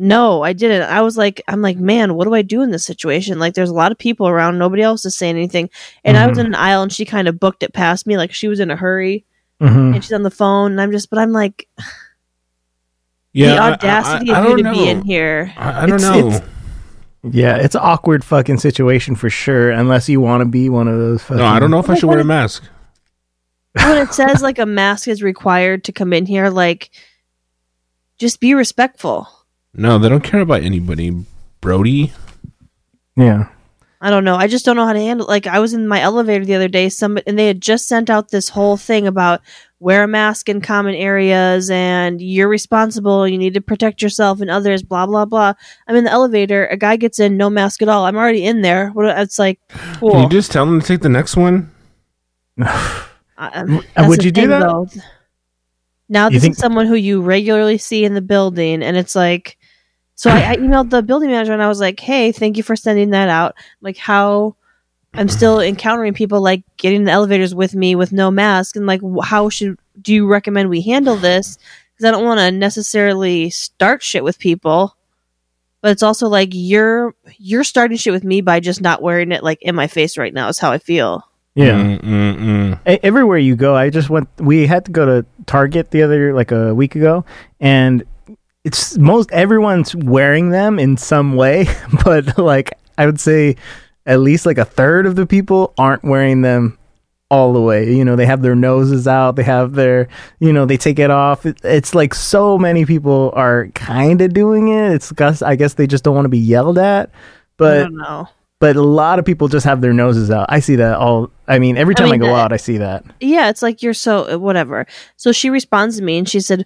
Speaker 3: No, I didn't. I was like, I'm like, man, what do I do in this situation? Like, there's a lot of people around. Nobody else is saying anything. And I
Speaker 1: Mm-hmm.
Speaker 3: was in an aisle and she kind of booked it past me. Like, she was in a hurry
Speaker 1: Mm-hmm.
Speaker 2: hmm
Speaker 3: and she's on the phone. And I'm just, but I'm like,
Speaker 1: Yeah,
Speaker 3: the
Speaker 1: I- I-
Speaker 3: audacity
Speaker 1: I, I,
Speaker 3: of
Speaker 1: don't
Speaker 3: you to
Speaker 1: know.
Speaker 3: be in here.
Speaker 1: I, I don't
Speaker 2: It's-
Speaker 1: know.
Speaker 2: it's- Yeah, it's an awkward fucking situation for sure. Unless you want to be one of those. Fucking,
Speaker 1: no, I don't know if I
Speaker 3: Like,
Speaker 1: should
Speaker 3: what
Speaker 1: wear a
Speaker 3: if-
Speaker 1: mask.
Speaker 3: When it says like a mask is required to come in here, like, just be respectful.
Speaker 1: No, they don't care about anybody. Brody,
Speaker 2: Yeah.
Speaker 3: I don't know. I just don't know how to handle. Like I was in my elevator the other day, somebody and they had just sent out this whole thing about wear a mask in common areas and you're responsible. You need to protect yourself and others. Blah blah blah. I'm in the elevator. A guy gets in, no mask at all. I'm already in there. What? It's like
Speaker 1: can
Speaker 3: cool.
Speaker 1: you just tell them to take the next one?
Speaker 3: I-
Speaker 2: W-
Speaker 3: that's
Speaker 2: would
Speaker 3: the
Speaker 2: you do
Speaker 3: thing,
Speaker 2: that?
Speaker 3: though. Now
Speaker 2: You
Speaker 3: this
Speaker 2: think-
Speaker 3: is someone who you regularly see in the building, and it's like, so I, I emailed the building manager and I was like, "Hey, thank you for sending that out. Like, how I'm still encountering people like getting in the elevators with me with no mask, and like, wh- how should do you recommend we handle this? Because I don't want to necessarily start shit with people, but it's also like you're you're starting shit with me by just not wearing it like in my face right now is how I feel.
Speaker 2: Yeah.
Speaker 1: Mm, mm, mm.
Speaker 2: E- everywhere you go i just went we had to go to target the other like a week ago and it's most everyone's wearing them in some way but like i would say at least like a third of the people aren't wearing them all the way you know they have their noses out they have their you know they take it off It- it's like so many people are kind of doing it it's 'cause i guess they just don't want to be yelled at
Speaker 3: I
Speaker 2: but
Speaker 3: don't know.
Speaker 2: but a lot of people just have their noses out i see that all i mean every
Speaker 3: I
Speaker 2: time i,
Speaker 3: mean,
Speaker 2: go
Speaker 3: the-
Speaker 2: out i see that
Speaker 3: yeah, it's like you're so uh, whatever. So she responds to me and she said,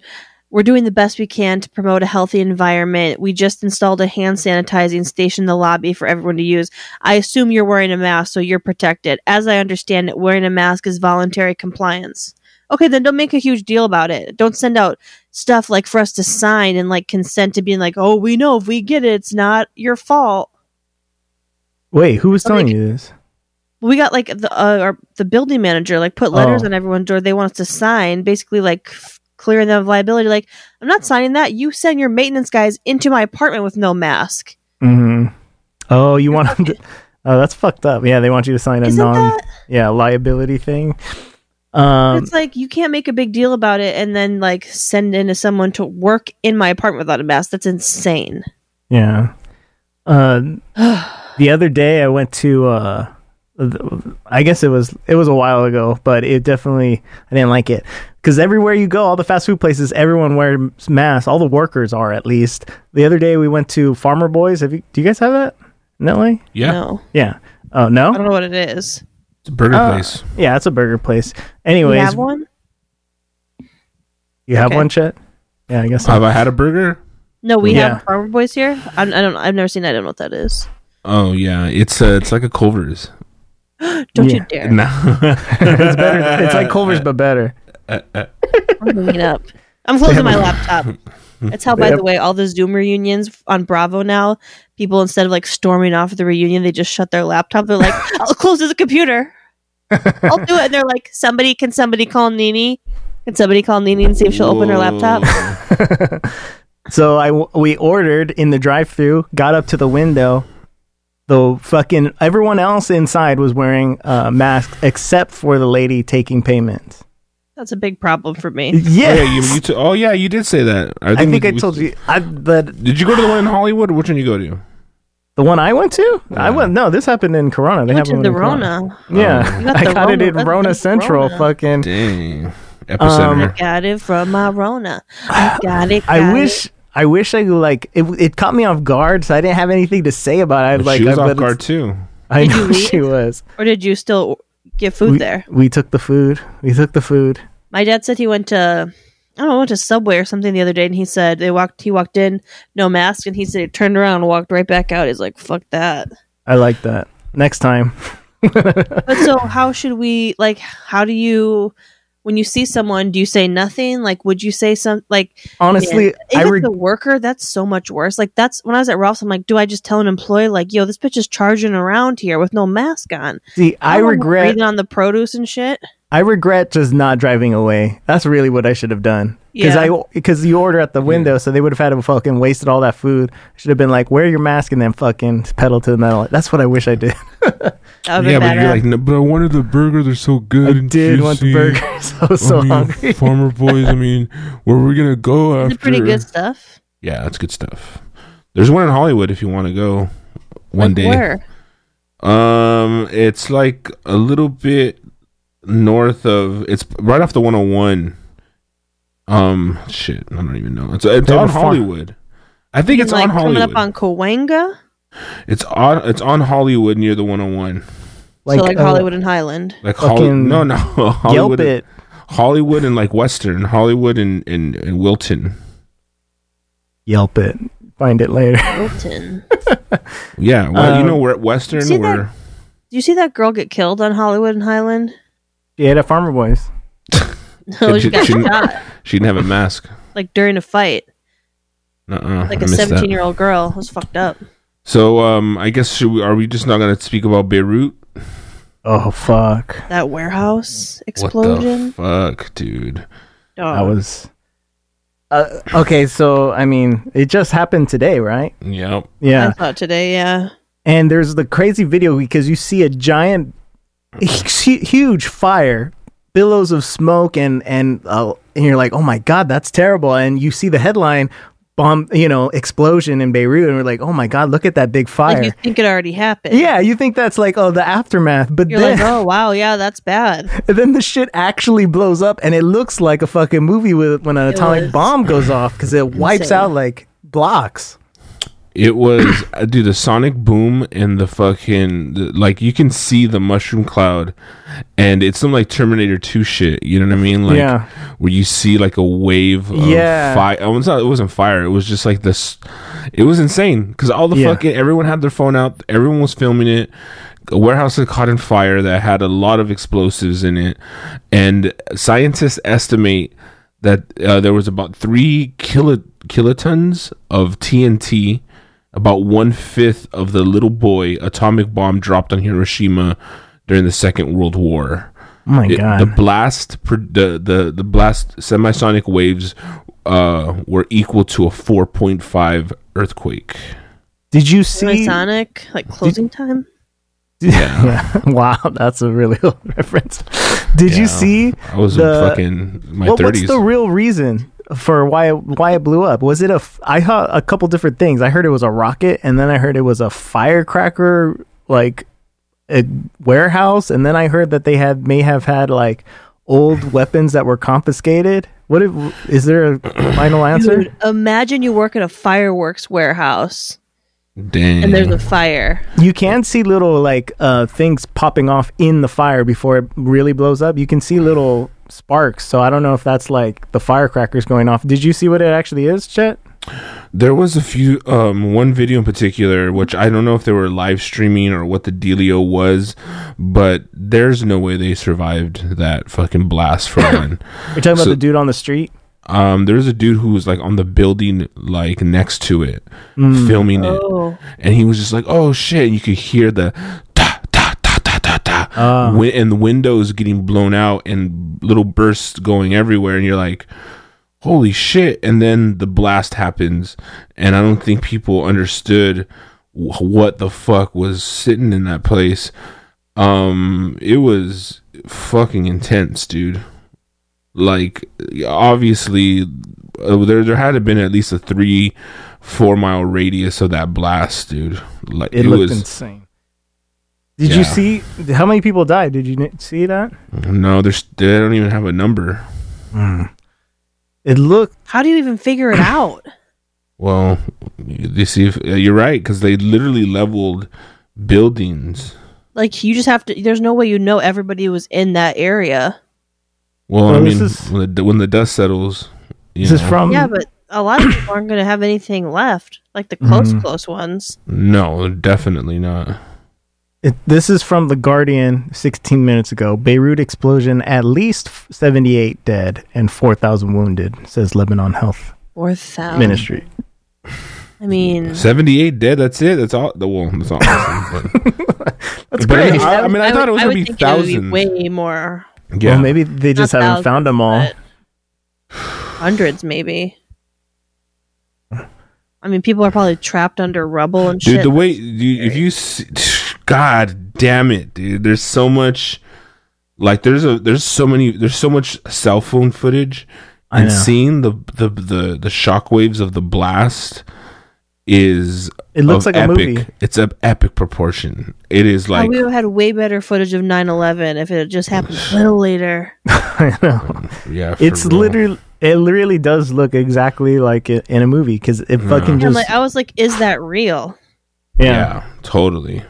Speaker 3: We're doing the best we can to promote a healthy environment. We just installed a hand sanitizing station in the lobby for everyone to use. I assume you're wearing a mask, so you're protected. As I understand it, wearing a mask is voluntary compliance. Okay, then don't make a huge deal about it. Don't send out stuff like for us to sign and like consent to being like, oh, we know if we get it, it's not your fault.
Speaker 2: Wait, who was
Speaker 3: Or, like,
Speaker 2: telling you this?
Speaker 3: we got like the uh, our, the building manager like put letters
Speaker 2: Oh.
Speaker 3: on everyone's door they want us to sign basically like f- clearing them of liability like i'm not signing that you send your maintenance guys into my apartment with no mask
Speaker 2: hmm Oh, you want them to? Oh, that's fucked up. Yeah, they want you to sign a
Speaker 3: Isn't
Speaker 2: non,
Speaker 3: that-
Speaker 2: yeah, liability thing. Um,
Speaker 3: it's like you can't make a big deal about it and then like send in someone to work in my apartment without a mask that's insane
Speaker 2: yeah. Uh, the other day I went to, uh, th- I guess it was it was a while ago, but it definitely I didn't like it because everywhere you go, all the fast food places, everyone wears masks. All the workers are at least. The other day we went to Farmer Boys. Have you? Do you guys have that? in LA?
Speaker 1: Yeah,
Speaker 3: no
Speaker 2: Yeah. Oh no.
Speaker 3: i don't know what it is
Speaker 1: it's a burger
Speaker 2: Uh,
Speaker 1: place.
Speaker 2: Yeah, it's a burger place. Anyways,
Speaker 3: you have one
Speaker 2: You have
Speaker 3: Okay.
Speaker 2: one, Chet? Yeah, I guess.
Speaker 1: Have I had a burger?
Speaker 3: No, we
Speaker 2: Yeah.
Speaker 3: have Farmer Boys here. I, I don't. I've never seen. that. I don't know what that is.
Speaker 1: Oh yeah, it's uh, it's like a Culver's.
Speaker 3: Don't you
Speaker 2: Yeah.
Speaker 3: dare!
Speaker 1: No,
Speaker 2: it's better. It's like Culver's, but better.
Speaker 1: Uh,
Speaker 3: I'm hanging up. I'm closing my laptop. That's how, by the way, all those Doom reunions on Bravo now, people instead of like storming off the reunion, they just shut their laptop. They're like, I'll close this computer. I'll do it. And they're like, somebody, can somebody call Nini? Can somebody call Nini and see if she'll open her laptop?
Speaker 2: So I w- we ordered in the drive-through, got up to the window. The fucking everyone else inside was wearing uh, masks except for the lady taking payment.
Speaker 3: That's a big problem for me.
Speaker 1: Oh,
Speaker 2: Yes.
Speaker 1: yeah, you, you t- oh yeah, you did say that.
Speaker 2: I think
Speaker 1: we-
Speaker 2: I
Speaker 1: we-
Speaker 2: told you I the
Speaker 1: Did you go to the one in Hollywood? Or which one you go to?
Speaker 2: the one I went to. I went no, this happened in Corona. They
Speaker 3: Went to
Speaker 2: have one
Speaker 3: the
Speaker 2: in Corona.
Speaker 3: Rona.
Speaker 2: Yeah,
Speaker 3: You got
Speaker 2: I
Speaker 3: the
Speaker 2: got it
Speaker 3: Rona.
Speaker 2: in
Speaker 3: That's
Speaker 2: Rona
Speaker 3: the
Speaker 2: Central.
Speaker 3: Rona.
Speaker 2: Fucking.
Speaker 1: Oh.
Speaker 2: Um,
Speaker 1: Dang, epicenter.
Speaker 3: Um, Got it from my Rona. I got it.
Speaker 2: I
Speaker 3: got
Speaker 2: wish. I wish I could like it, it caught me off guard, so I didn't have anything to say about it. I, like
Speaker 1: she was
Speaker 2: I,
Speaker 1: off
Speaker 2: but
Speaker 1: guard
Speaker 2: it's-
Speaker 1: too.
Speaker 2: I
Speaker 3: Did you
Speaker 2: know she
Speaker 3: leave?
Speaker 2: was.
Speaker 3: it. Or did you still get food
Speaker 2: We,
Speaker 3: there?
Speaker 2: we took the food. We took the food.
Speaker 3: My dad said he went to I don't know, went to Subway or something the other day and he said they walked he walked in, no mask, and he said he turned around and walked right back out. He's like, Fuck that.
Speaker 2: I like that. Next time,
Speaker 3: But so how should we like how do you when you see someone, do you say nothing? Like would you say some like
Speaker 2: honestly,
Speaker 3: if
Speaker 2: I
Speaker 3: it's
Speaker 2: reg-
Speaker 3: a worker, that's so much worse. Like that's when I was at Ralph's, I'm like, do I just tell an employee like, yo, this bitch is charging around here with no mask on?
Speaker 2: see. I
Speaker 3: don't want
Speaker 2: regret.
Speaker 3: breathing on the produce and shit.
Speaker 2: I regret just not driving away. That's really what I should have done. Because
Speaker 3: Yeah.
Speaker 2: I because you order at the window, so they would have had to fucking wasted all that food. Should have been like, wear your mask and then fucking pedal to the metal. That's what I wish I did.
Speaker 3: That would've been
Speaker 1: Yeah, but you're
Speaker 3: badass.
Speaker 1: like, no, but I wanted the burger. They're so
Speaker 2: I
Speaker 1: good. and
Speaker 2: did want the
Speaker 1: juicy." Oh,
Speaker 2: burgers. I was
Speaker 1: I
Speaker 2: so
Speaker 1: mean,
Speaker 2: hungry.
Speaker 1: Farmer boys. I mean, where are we gonna go
Speaker 3: Is
Speaker 1: after?
Speaker 3: it pretty good stuff.
Speaker 1: Yeah, that's good stuff. There's one in Hollywood if you want to go one
Speaker 3: Like,
Speaker 1: day.
Speaker 3: Where?
Speaker 1: Um, it's like a little bit north of. It's right off the 101. Um, shit, I don't even know. It's it's
Speaker 2: They have
Speaker 1: on
Speaker 2: a farm.
Speaker 1: Hollywood. I think it's
Speaker 3: like
Speaker 1: on
Speaker 3: coming
Speaker 1: Hollywood.
Speaker 3: up on Cahuenga?
Speaker 1: it's on it's on Hollywood near the 101.
Speaker 3: so like
Speaker 2: uh,
Speaker 3: Hollywood and Highland.
Speaker 1: Like Holly,
Speaker 2: Fucking
Speaker 1: no, no, Hollywood.
Speaker 2: Yelp it.
Speaker 1: Hollywood and like Western, Hollywood and, and, and Wilton.
Speaker 2: Yelp it. Find it later.
Speaker 3: Wilton.
Speaker 1: Yeah, well, you
Speaker 2: Um,
Speaker 1: know we're at Western.
Speaker 3: see that-
Speaker 1: Where
Speaker 3: Do you see that girl get killed on Hollywood and Highland?
Speaker 2: She ate at Farmer Boys.
Speaker 3: No,
Speaker 1: Did
Speaker 3: Oh, she
Speaker 1: you-
Speaker 3: got
Speaker 1: she didn't-
Speaker 3: shot
Speaker 1: she didn't have a mask.
Speaker 3: like during a fight.
Speaker 1: Uh-uh,
Speaker 3: Like
Speaker 1: a
Speaker 3: a seventeen-year-old girl It was fucked up.
Speaker 1: So um, I guess should we, are we just not going to speak about Beirut?
Speaker 2: Oh fuck.
Speaker 3: That warehouse explosion.
Speaker 1: What the fuck, dude?
Speaker 3: Dog.
Speaker 2: That was. Uh, okay, so I mean, it just happened today, right?
Speaker 1: Yep.
Speaker 2: Yeah.
Speaker 3: I thought today. Yeah,
Speaker 2: and there's the crazy video because you see a giant hu- huge fire billows of smoke and and uh, and you're like oh my god that's terrible and you see the headline bomb you know explosion in beirut and we're like oh my god look at that big fire
Speaker 3: like you think it already happened.
Speaker 2: yeah you think that's like oh the aftermath but
Speaker 3: You're
Speaker 2: then
Speaker 3: like, oh wow, yeah, that's bad.
Speaker 2: then the shit actually blows up and it looks like a fucking movie with when an atomic
Speaker 3: was
Speaker 2: bomb goes off because it wipes
Speaker 3: insane.
Speaker 2: out like blocks
Speaker 1: It was uh, dude the sonic boom and the fucking the, like you can see the mushroom cloud, and it's some like Terminator Two shit. You know what I mean? Like
Speaker 2: Yeah.
Speaker 1: where you see like a wave. Of
Speaker 2: Yeah.
Speaker 1: Fire. It was not. It wasn't fire. It was just like this. It was insane because all the
Speaker 2: Yeah.
Speaker 1: fucking everyone had their phone out. Everyone was filming it. A warehouse that caught in fire that had a lot of explosives in it, and scientists estimate that uh, there was about three kilo, kilotons of TNT, about one fifth of the little boy atomic bomb dropped on Hiroshima during the Second World War.
Speaker 2: oh my
Speaker 1: It-
Speaker 2: god
Speaker 1: the blast, pro- the the the blast semisonic waves uh, were equal to a four point five earthquake.
Speaker 2: did you see
Speaker 3: Sonic, like closing time.
Speaker 2: Yeah. wow, that's a really old reference. Did you see
Speaker 1: I was in
Speaker 2: the-
Speaker 1: fucking my
Speaker 2: what, what's
Speaker 1: thirties.
Speaker 2: the real reason for why it- why it blew up? Was it a f- I heard a couple different things. I heard it was a rocket and then I heard it was a firecracker like a warehouse and then I heard that they had may have had like old weapons that were confiscated. What if, is there a final answer?
Speaker 3: Dude, imagine you work at a fireworks warehouse
Speaker 1: Dang.
Speaker 3: and there's a fire.
Speaker 2: You can see little like uh things popping off in the fire before it really blows up. You can see little sparks. So I don't know if that's like the firecrackers going off. Did you see what it actually is, Chet?
Speaker 1: There was a few, um, one video in particular, which I don't know if they were live streaming or what the dealio was, but there's no way they survived that fucking blast for one.
Speaker 2: You're talking about
Speaker 1: So-
Speaker 2: the dude on the street.
Speaker 1: Um, there's a dude who was like on the building, like next to it,
Speaker 2: Mm.
Speaker 1: filming it,
Speaker 3: Oh.
Speaker 1: and he was just like, "Oh shit!" You could hear the ta ta ta ta ta ta,
Speaker 2: Ah.
Speaker 1: wi- and the windows getting blown out and little bursts going everywhere, and you're like, "Holy shit!" And then the blast happens, and I don't think people understood wh- what the fuck was sitting in that place. Um, it was fucking intense, dude like obviously uh, there there had to been at least a three four mile radius of that blast dude like
Speaker 2: It,
Speaker 1: it,
Speaker 2: looked
Speaker 1: was
Speaker 2: insane. Did you
Speaker 1: Yeah.
Speaker 2: see how many people died? Did you n- see that?
Speaker 1: no there's they don't even have a number
Speaker 2: Hmm. It looked
Speaker 3: How do you even figure it out?
Speaker 1: well you see if uh, you're right because they literally leveled buildings
Speaker 3: Like you just have to. There's no way you know everybody was in that area.
Speaker 1: well i
Speaker 2: Well, this
Speaker 1: mean
Speaker 2: is-
Speaker 1: when, the, when the dust settles you
Speaker 2: this is
Speaker 1: know.
Speaker 2: from
Speaker 3: yeah, but a lot of people aren't going to have anything left. Like the close,
Speaker 1: Mm-hmm.
Speaker 3: close ones.
Speaker 1: no definitely not
Speaker 2: It, this is from The Guardian 16 minutes ago. Beirut explosion, at least f- 78 dead and 4,000 wounded, says Lebanon Health
Speaker 3: Four thousand.
Speaker 2: Ministry.
Speaker 3: I mean,
Speaker 1: 78 dead that's it that's all the well that's all awesome, but, that's
Speaker 2: great.
Speaker 1: I, I mean i,
Speaker 3: would-
Speaker 1: thought it was
Speaker 3: I
Speaker 1: gonna
Speaker 3: would
Speaker 1: be
Speaker 3: think it would be
Speaker 1: thousands
Speaker 3: way more.
Speaker 1: yeah
Speaker 2: Well, maybe they just
Speaker 3: Not
Speaker 2: haven't
Speaker 3: thousands,
Speaker 2: found them all.
Speaker 3: but Hundreds, maybe. I mean, people are probably trapped under rubble and
Speaker 1: dude
Speaker 3: shit.
Speaker 1: the way dude, if you see, god damn it dude there's so much like there's a there's so many there's so much cell phone footage
Speaker 2: I
Speaker 1: and
Speaker 2: know.
Speaker 1: seeing the the the the shockwaves of the blast is
Speaker 2: It looks
Speaker 1: of
Speaker 2: like a
Speaker 1: epic.
Speaker 2: movie.
Speaker 1: it's of epic proportion it is
Speaker 3: Oh,
Speaker 1: like
Speaker 3: we would have had way better footage of 9-11 if it had just happened a little later.
Speaker 2: I know.
Speaker 1: yeah for
Speaker 2: It's
Speaker 1: real.
Speaker 2: literally, it really does look exactly like it, in a movie because it fucking
Speaker 3: And
Speaker 2: just.
Speaker 3: like, I was like, is that real?
Speaker 2: yeah,
Speaker 1: yeah totally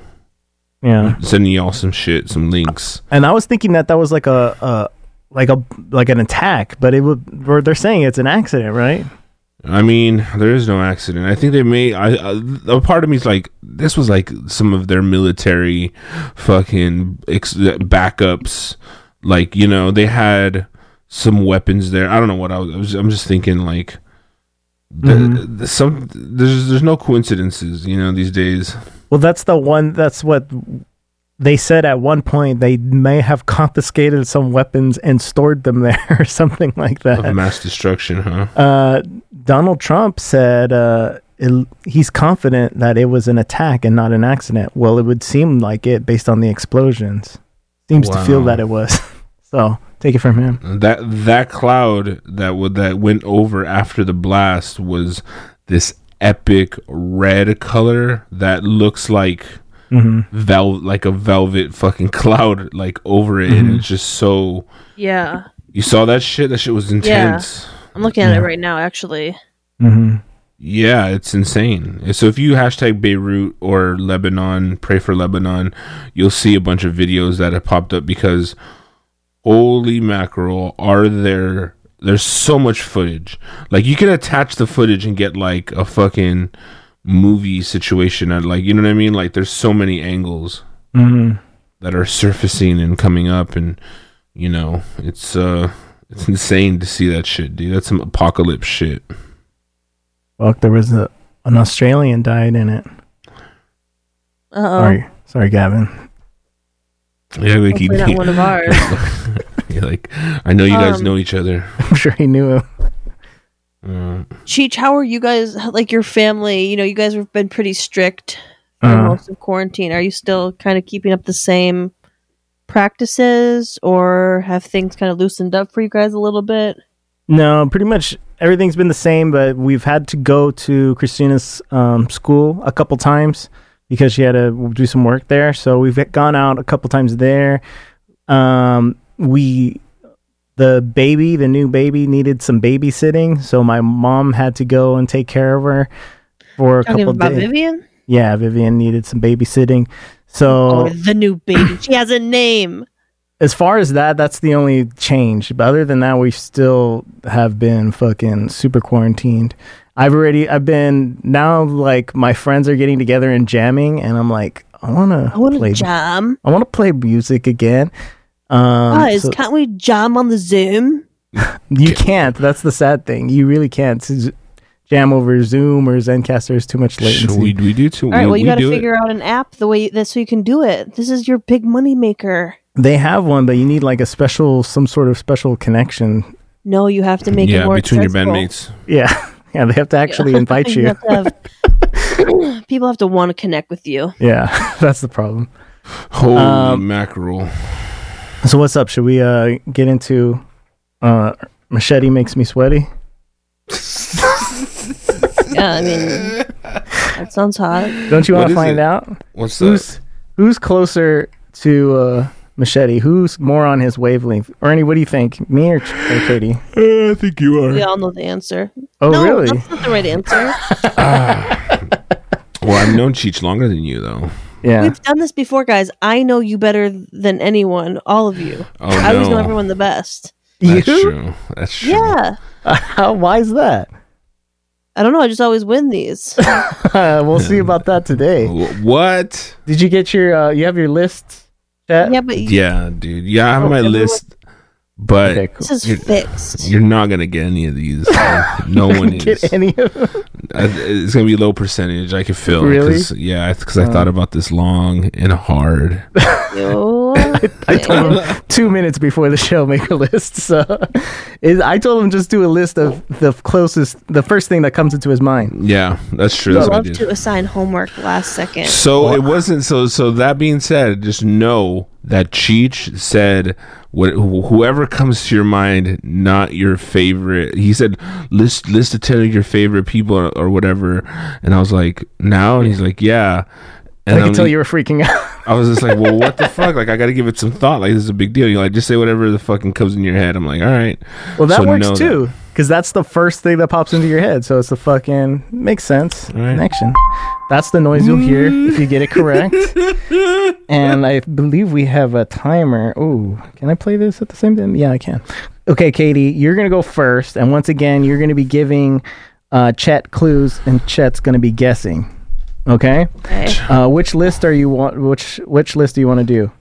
Speaker 2: yeah.
Speaker 1: sending y'all some shit some links
Speaker 2: And I was thinking that that was like a. a like a like an attack, but it would. or They're saying it's an accident, right?
Speaker 1: I mean, there is no accident. I think they may. I, I a part of me is like, this was like some of their military, fucking ex- backups. Like you know, they had some weapons there. I don't know what I was. I was I'm just thinking like, the, the- some there's there's no coincidences. You know, these days.
Speaker 2: Well, that's the one. That's what they said at one point. They may have confiscated some weapons and stored them there, or something like
Speaker 1: Of
Speaker 2: that.
Speaker 1: mass destruction, huh?
Speaker 2: Uh, Donald Trump said uh, it, he's confident that it was an attack and not an accident. Well, it would seem like it based on the explosions. Seems to feel
Speaker 1: Wow.
Speaker 2: that it was. so take it from him.
Speaker 1: That that cloud that would that went over after the blast was this epic red color that looks like vel like a velvet fucking cloud like over it and it's just so
Speaker 3: Yeah.
Speaker 1: you saw that shit that shit was intense.
Speaker 3: I'm looking at it right now, actually.
Speaker 1: Yeah, it's insane. So if you hashtag Beirut or Lebanon, pray for Lebanon, you'll see a bunch of videos that have popped up because holy mackerel, are there there's so much footage. Like you can attach the footage and get like a fucking movie situation at like you know what I mean? Like there's so many angles that are surfacing and coming up and you know, it's uh it's insane to see that shit, dude. That's some apocalypse shit.
Speaker 2: Well, there was a, an Australian died in it.
Speaker 3: Uh-oh.
Speaker 2: Sorry, sorry, Gavin.
Speaker 1: Yeah, like
Speaker 3: Hopefully not one of ours. Um,
Speaker 1: You're like, I know you guys know each other.
Speaker 2: I'm sure he knew him.
Speaker 3: Cheech, how are you guys, like your family? You know, you guys have been pretty strict for
Speaker 2: Uh-huh.
Speaker 3: most of quarantine. Are you still kind of keeping up the same practices or have things kind of loosened up for you guys a little bit?
Speaker 2: No, pretty much everything's been the same, but we've had to go to Christina's um, school a couple times because she had to do some work there. So we've gone out a couple times there. Um, we, the baby, the new baby, needed some babysitting, so my mom had to go and take care of her for a
Speaker 3: Talking
Speaker 2: couple
Speaker 3: about
Speaker 2: days.
Speaker 3: Vivian?
Speaker 2: Yeah, Vivian needed some babysitting. So
Speaker 3: Oh, the new baby. she has a name.
Speaker 2: as far as that, that's the only change. But other than that, we still have been fucking super quarantined. I've already, I've been now like my friends are getting together and jamming, and I'm like, I wanna, I wanna play,
Speaker 3: jam.
Speaker 2: I wanna play music again. Um,
Speaker 3: Guys,
Speaker 2: so-
Speaker 3: can't we jam on the Zoom?
Speaker 2: you can't. That's the sad thing. You really can't S- jam over Zoom or Zencaster. There's too much latency.
Speaker 1: Sure, we, we do too.
Speaker 3: All right,
Speaker 1: we,
Speaker 3: well, you
Speaker 1: we
Speaker 3: got to
Speaker 1: do it.
Speaker 3: figure out an app the way that so you can do it. This is your big money maker.
Speaker 2: They have one, but you need like a special, some sort of special connection.
Speaker 3: No, you have to make it
Speaker 1: yeah,
Speaker 3: more
Speaker 1: between your
Speaker 3: accessible.
Speaker 1: bandmates.
Speaker 2: Yeah, yeah. They have to actually invite you.
Speaker 3: have to have- people have to want to connect with you.
Speaker 2: Yeah, that's the problem. Um,
Speaker 1: Holy
Speaker 3: Um,
Speaker 1: mackerel!
Speaker 2: So what's up? Should we uh, get into uh, machete makes me sweaty?
Speaker 3: Yeah, I mean, that sounds hot.
Speaker 2: Don't you
Speaker 1: What
Speaker 2: want to
Speaker 1: is it?
Speaker 2: find out
Speaker 1: What's that?
Speaker 2: who's who's closer to uh, machete? Who's more on his wavelength? Ernie, what do you think? Me or, Ch- or Katie?
Speaker 1: Uh, I think you
Speaker 3: We
Speaker 1: are.
Speaker 3: all know the answer.
Speaker 2: Oh,
Speaker 3: no,
Speaker 2: really?
Speaker 3: that's not the right answer.
Speaker 1: Ah. Well, I've known Cheech longer than you, though.
Speaker 2: Yeah.
Speaker 3: We've done this before, guys. I know you better than anyone, all of you.
Speaker 1: Oh
Speaker 3: I always know
Speaker 1: no,
Speaker 3: everyone the best.
Speaker 1: that's
Speaker 2: You?
Speaker 1: true. That's true.
Speaker 3: Yeah.
Speaker 2: How? Uh, Why is that?
Speaker 3: I don't know. I just always win these.
Speaker 2: we'll see about that today.
Speaker 1: Wh- What?
Speaker 2: Did you get your? Uh, you have your list?
Speaker 3: yeah, but you
Speaker 1: Yeah, dude. Yeah, I have
Speaker 3: Oh,
Speaker 1: my
Speaker 3: everyone-
Speaker 1: list, but
Speaker 2: Okay, cool.
Speaker 3: this is
Speaker 1: You're-
Speaker 3: fixed.
Speaker 1: you're not gonna get any of these. no one is.
Speaker 2: Get any of them?
Speaker 1: I, it's gonna be low percentage. I can feel.
Speaker 2: Really?
Speaker 1: 'cause- yeah, because
Speaker 3: Uh.
Speaker 1: I thought about this long and hard.
Speaker 3: You-
Speaker 2: I told him two minutes before the show make a list. So is, I told him just do a list of the closest, the first thing that comes into his mind.
Speaker 1: Yeah, that's true.
Speaker 3: I
Speaker 1: That's what I
Speaker 3: love
Speaker 1: did.
Speaker 3: to assign homework last second.
Speaker 1: So it wasn't so. So that being said, just know that Cheech said, "What wh- whoever comes to your mind, not your favorite." He said, "List list the ten of your favorite people or, or whatever." And I was like, "Now," and he's like, "Yeah." And
Speaker 2: I could
Speaker 1: I'm- e-
Speaker 2: tell you were freaking out.
Speaker 1: I was just like, "Well, what the fuck?" Like, I got to give it some thought. Like, this is a big deal. You're like, just say whatever the fucking comes in your head. I'm like, "All right."
Speaker 2: Well, that
Speaker 1: So
Speaker 2: works
Speaker 1: know
Speaker 2: too, because that's the first thing that pops into your head. So it's the fucking makes sense
Speaker 1: Right.
Speaker 2: connection. That's the noise you'll hear if you get it correct. and I believe we have a timer. Ooh, can I play this at the same time? Yeah, I can. Okay, Katie, you're gonna go first, and once again, you're gonna be giving uh, Chet clues, and Chet's gonna be guessing. Okay.
Speaker 3: Okay.
Speaker 2: Uh, which list are you want? Which which list do you want to do?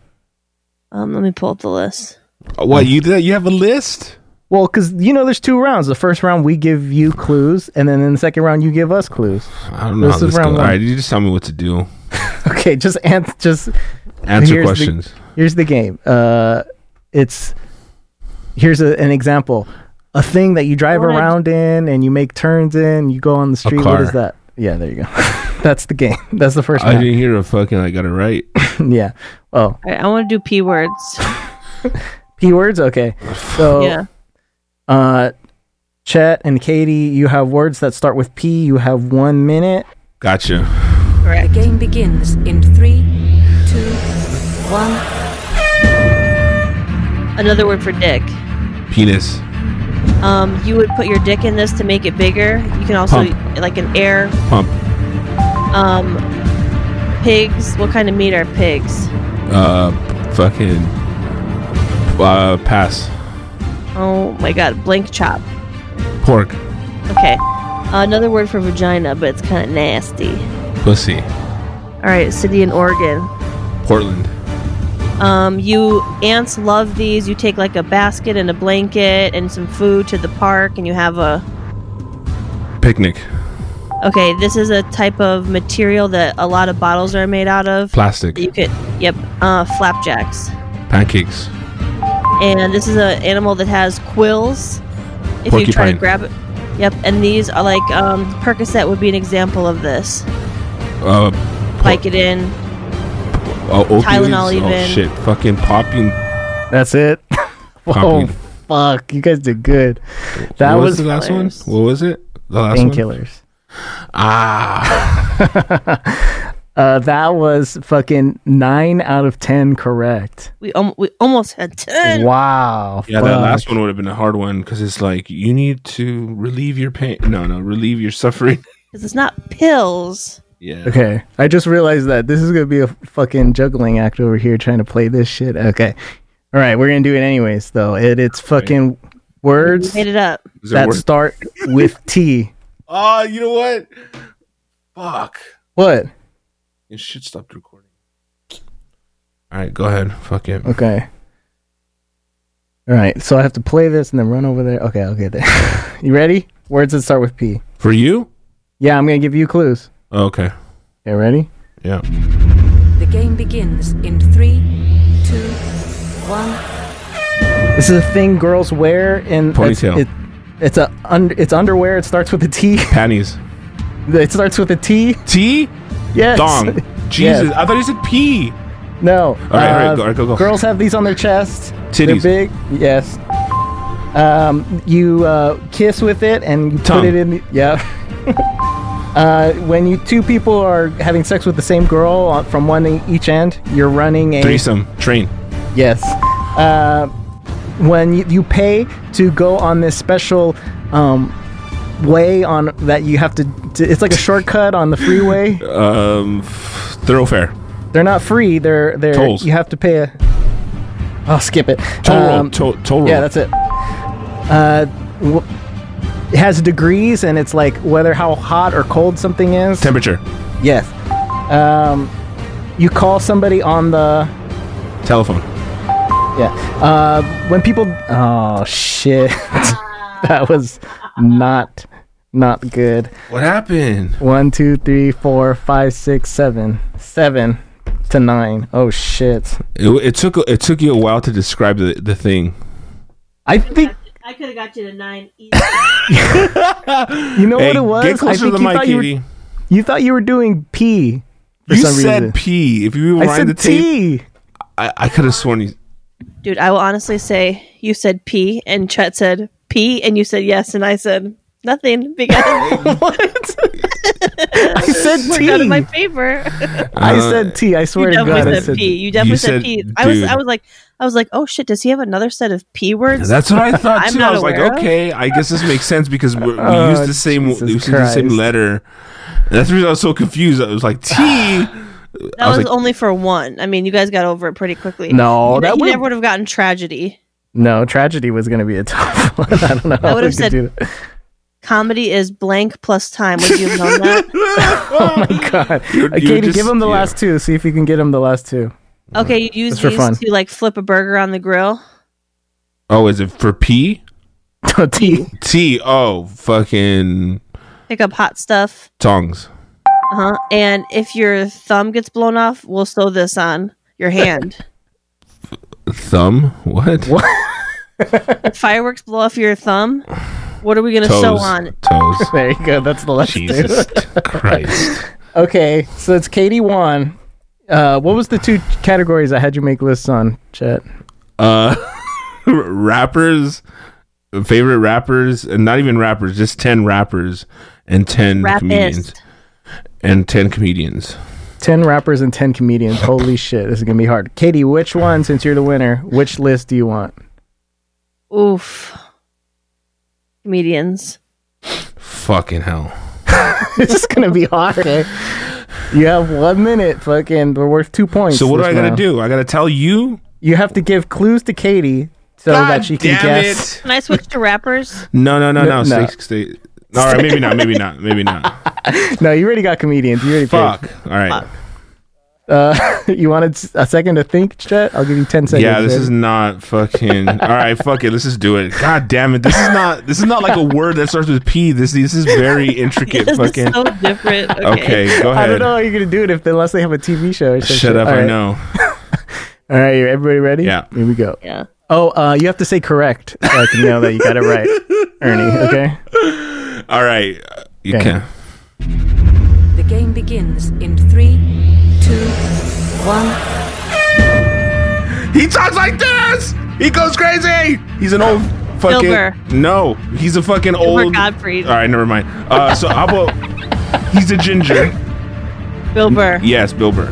Speaker 3: Um, let me pull up the list.
Speaker 1: that. What you did? You have a list?
Speaker 2: Well, because you know, there's two rounds. The first round we give you clues, and then in the second round you give us clues.
Speaker 1: I don't know. how
Speaker 2: This is
Speaker 1: this goes.
Speaker 2: round
Speaker 1: All
Speaker 2: one.
Speaker 1: right, you just tell me what to do.
Speaker 2: Okay, just and just
Speaker 1: Answer
Speaker 2: Here's the-
Speaker 1: questions.
Speaker 2: here's the game. Uh, it's here's a, an example: a thing that you drive
Speaker 3: What?
Speaker 2: around in, and you make turns in. You go on the street. What
Speaker 1: car.
Speaker 2: is that? Yeah, there you go. That's the game. That's the first
Speaker 1: I
Speaker 2: round.
Speaker 1: didn't hear a fucking. I got it right.
Speaker 2: yeah. Oh,
Speaker 3: All right, I want to do P words.
Speaker 2: p words. Okay. So
Speaker 3: Yeah.
Speaker 2: uh, Chet and Katie, you have words that start with P. You have one minute.
Speaker 1: Gotcha.
Speaker 10: The game begins in three, two, one.
Speaker 3: Another word for dick.
Speaker 1: Penis.
Speaker 3: Um, you would put your dick in this to make it bigger. You can also like an air.
Speaker 1: Pump.
Speaker 3: Um, pigs. What kind of meat are pigs?
Speaker 1: Uh, fucking. Uh, pass.
Speaker 3: Oh my god, blank chop.
Speaker 1: Pork.
Speaker 3: Okay. another word for vagina, but it's kind of nasty.
Speaker 1: Pussy.
Speaker 3: All right, city in Oregon.
Speaker 1: Portland.
Speaker 3: Um, you ants love these. You take like a basket and a blanket and some food to the park, and you have a.
Speaker 1: Picnic.
Speaker 3: Okay, this is a type of material that a lot of bottles are made out of.
Speaker 1: Plastic.
Speaker 3: You could, yep, uh, flapjacks.
Speaker 1: Pancakes.
Speaker 3: And this is an animal that has quills. If you try
Speaker 1: Porcupine.
Speaker 3: to grab it, yep. And these are like um, Percocet would be an example of this.
Speaker 1: Uh,
Speaker 3: Vicodin.
Speaker 1: uh opioids.
Speaker 3: Tylenol
Speaker 1: oh
Speaker 3: even.
Speaker 1: shit. Fucking popping.
Speaker 2: That's it.
Speaker 1: Copy.
Speaker 2: oh, fuck. You guys did good. That
Speaker 1: what
Speaker 2: was,
Speaker 1: the last one.
Speaker 3: hilarious.
Speaker 1: What was it? The last one.
Speaker 2: painkillers.
Speaker 1: Ah.
Speaker 2: Uh, that was fucking nine out of 10 correct.
Speaker 3: We um, we almost had ten.
Speaker 2: Wow.
Speaker 1: Yeah, that
Speaker 2: fuck.
Speaker 1: last one would have been a hard one because it's like you need to relieve your pain. No, no, relieve your suffering.
Speaker 3: 'Cause it's not pills.
Speaker 1: Yeah.
Speaker 2: Okay. I just realized that this is going to be a fucking juggling act over here trying to play this shit. Okay. All right, we're gonna do it anyways, though. It, it's fucking words
Speaker 3: Made it up. Is it
Speaker 2: that
Speaker 3: word-
Speaker 2: start with T.
Speaker 1: Oh, you know what? Fuck.
Speaker 2: What?
Speaker 1: It should stop the recording. All right, go ahead. Fuck it.
Speaker 2: Okay. All right, so I have to play this and then run over there. Okay, I'll get there. you ready? Words that start with P.
Speaker 1: For you?
Speaker 2: Yeah, I'm gonna give you clues.
Speaker 1: Oh, Okay.
Speaker 2: Okay, ready?
Speaker 1: Yeah.
Speaker 10: The game begins in three, two, one.
Speaker 2: This is a thing girls wear in
Speaker 1: Ponytail.
Speaker 2: It's, it, it's a under, it's underwear. It starts with a T.
Speaker 1: Panties.
Speaker 2: It starts with a T.
Speaker 1: T.
Speaker 2: Yes.
Speaker 1: Dong. Jesus,
Speaker 2: Yes.
Speaker 1: I thought you said P.
Speaker 2: No. All
Speaker 1: right, all right, go- all right, go, go.
Speaker 2: Girls have these on their chest.
Speaker 1: Titties.
Speaker 2: They're big. Yes. Um, you uh, kiss with it and you
Speaker 1: Tongue.
Speaker 2: put it in. The, yeah. uh, when you two people are having sex with the same girl on- from one e- each end, you're running a
Speaker 1: Threesome. Train.
Speaker 2: Yes. Uh, when you, you pay to go on this special um, way on that you have to, to, it's like a shortcut on the freeway.
Speaker 1: Um, f- thoroughfare.
Speaker 2: They're not free. They're they're
Speaker 1: Tolls.
Speaker 2: you have to pay a. I'll skip it. Um,
Speaker 1: Toll roll, toll- toll roll.
Speaker 2: Yeah, that's it. Uh, w- it has degrees and it's like whether how hot or cold something is.
Speaker 1: Temperature.
Speaker 2: Yes. Um, you call somebody on the
Speaker 1: Telephone.
Speaker 2: yeah. Uh, when people. Oh shit. that was not not good.
Speaker 1: What happened?
Speaker 2: One, two, three, four, five, six, seven, seven to nine. Oh shit.
Speaker 1: It, it took it took you a while to describe the, the thing.
Speaker 2: I think.
Speaker 3: I could have got you to nine.
Speaker 2: You know
Speaker 1: Hey,
Speaker 2: what it was?
Speaker 1: Get closer
Speaker 2: I think
Speaker 1: to the mic,
Speaker 2: thought you,
Speaker 1: Katie.
Speaker 2: Were, you thought you were doing P. For
Speaker 1: You
Speaker 2: some
Speaker 1: said
Speaker 2: reason.
Speaker 1: P. If you
Speaker 2: I
Speaker 1: rewind
Speaker 2: said
Speaker 1: the
Speaker 2: tape,
Speaker 1: I, I could have sworn you.
Speaker 3: Dude, I will honestly say you said P and Chet said P and you said yes and I said nothing because
Speaker 2: I said
Speaker 3: worked out in my favor.
Speaker 2: I said T. I swear
Speaker 3: you
Speaker 2: to God,
Speaker 3: definitely
Speaker 2: I
Speaker 3: said
Speaker 2: said
Speaker 3: P. You definitely
Speaker 1: you
Speaker 3: said
Speaker 1: said
Speaker 3: P. I was
Speaker 1: dude.
Speaker 3: I was like I was like, oh shit, does he have another set of P words?
Speaker 1: That's what I thought
Speaker 3: I'm
Speaker 1: too.
Speaker 3: not
Speaker 1: I was like,
Speaker 3: aware of.
Speaker 1: okay, I guess this makes sense because we're, we
Speaker 2: Oh,
Speaker 1: use the same we use the same
Speaker 2: Christ.
Speaker 1: letter. That's the reason I was so confused. I was like T. I
Speaker 3: That was,
Speaker 1: was like,
Speaker 3: only for one. I mean, you guys got over it pretty quickly.
Speaker 2: No,
Speaker 3: you,
Speaker 2: that
Speaker 3: you
Speaker 2: would've-
Speaker 3: never would have gotten tragedy.
Speaker 2: No, tragedy was going to be a tough one. I don't know. how
Speaker 3: would've
Speaker 2: we could
Speaker 3: said-
Speaker 2: do that.
Speaker 3: Comedy is blank plus time. Would you have known that?
Speaker 2: Oh my God.
Speaker 1: You're-
Speaker 2: Uh,
Speaker 1: you're
Speaker 2: Katie,
Speaker 1: just-
Speaker 2: give him the
Speaker 1: yeah.
Speaker 2: last two. See if you can get him the last two.
Speaker 3: Okay, you use
Speaker 2: That's for
Speaker 3: these
Speaker 2: fun.
Speaker 3: to like flip a burger on the grill.
Speaker 1: oh, is it for P?
Speaker 2: No, T.
Speaker 1: T. Oh, fucking
Speaker 3: Pick up hot stuff.
Speaker 1: tongs.
Speaker 3: Uh-huh. And if your thumb gets blown off, we'll sew this on your hand.
Speaker 1: Thumb. What? What?
Speaker 3: if fireworks blow off your thumb, what are we going to sew
Speaker 1: Toes.
Speaker 3: on?
Speaker 1: Toes.
Speaker 2: There you go. That's the last
Speaker 1: Jesus
Speaker 2: two.
Speaker 1: Christ.
Speaker 2: okay, so it's Katie one. Uh, what was the two categories I had you make lists on, Chet?
Speaker 1: Uh, rappers. Favorite rappers, and not even rappers, just ten rappers and ten comedians
Speaker 3: Rapist.
Speaker 1: and ten comedians.
Speaker 2: Ten rappers and ten comedians. Holy shit, this is gonna be hard. Katie, which one, since you're the winner, which list do you want?
Speaker 3: Oof. Comedians.
Speaker 1: Fucking hell.
Speaker 2: this is gonna be hard. Okay. You have one minute, fucking. We're worth two points.
Speaker 1: So what do
Speaker 2: this
Speaker 1: I gotta
Speaker 2: round.
Speaker 1: do? I gotta tell you.
Speaker 2: You have to give clues to Katie so that she can guess.
Speaker 3: Can I switch to rappers?
Speaker 1: No, no, no, no.
Speaker 2: No, no.
Speaker 1: Stay, stay. All right, maybe not. Maybe not. Maybe not.
Speaker 2: No, you already got comedians. You already
Speaker 1: Fuck.
Speaker 2: picked.
Speaker 1: All right.
Speaker 2: Uh, you wanted s- a second to think, Chet? I'll give you ten seconds.
Speaker 1: Yeah, this
Speaker 2: Ready?
Speaker 1: is not fucking. All right, fuck it. Let's just do it. God damn it. This is not. This is not like a word that starts with P. This this is very intricate.
Speaker 3: This is
Speaker 1: Fucking.
Speaker 3: so different. Okay.
Speaker 1: Okay, go
Speaker 2: I don't
Speaker 1: ahead.
Speaker 2: know how you're gonna do it if unless they have a TV show. Or some shit.
Speaker 1: Shut up.
Speaker 2: All
Speaker 1: I
Speaker 2: right.
Speaker 1: know.
Speaker 2: All right, you- everybody ready?
Speaker 1: Yeah.
Speaker 2: Here we go.
Speaker 3: Yeah.
Speaker 2: Oh, uh, you have to say correct so I can know that you got it right, Ernie. Okay.
Speaker 1: All right. You
Speaker 2: Okay.
Speaker 1: can.
Speaker 10: The game begins in three, two, one.
Speaker 1: He talks like this. He goes crazy. He's an old fucking.
Speaker 3: Gilbert.
Speaker 1: No, he's a fucking
Speaker 3: Gilbert
Speaker 1: old.
Speaker 3: Gottfried.
Speaker 1: All right, never mind. Uh, so how about he's a ginger?
Speaker 3: Bill Burr.
Speaker 1: Yes, Bill Burr.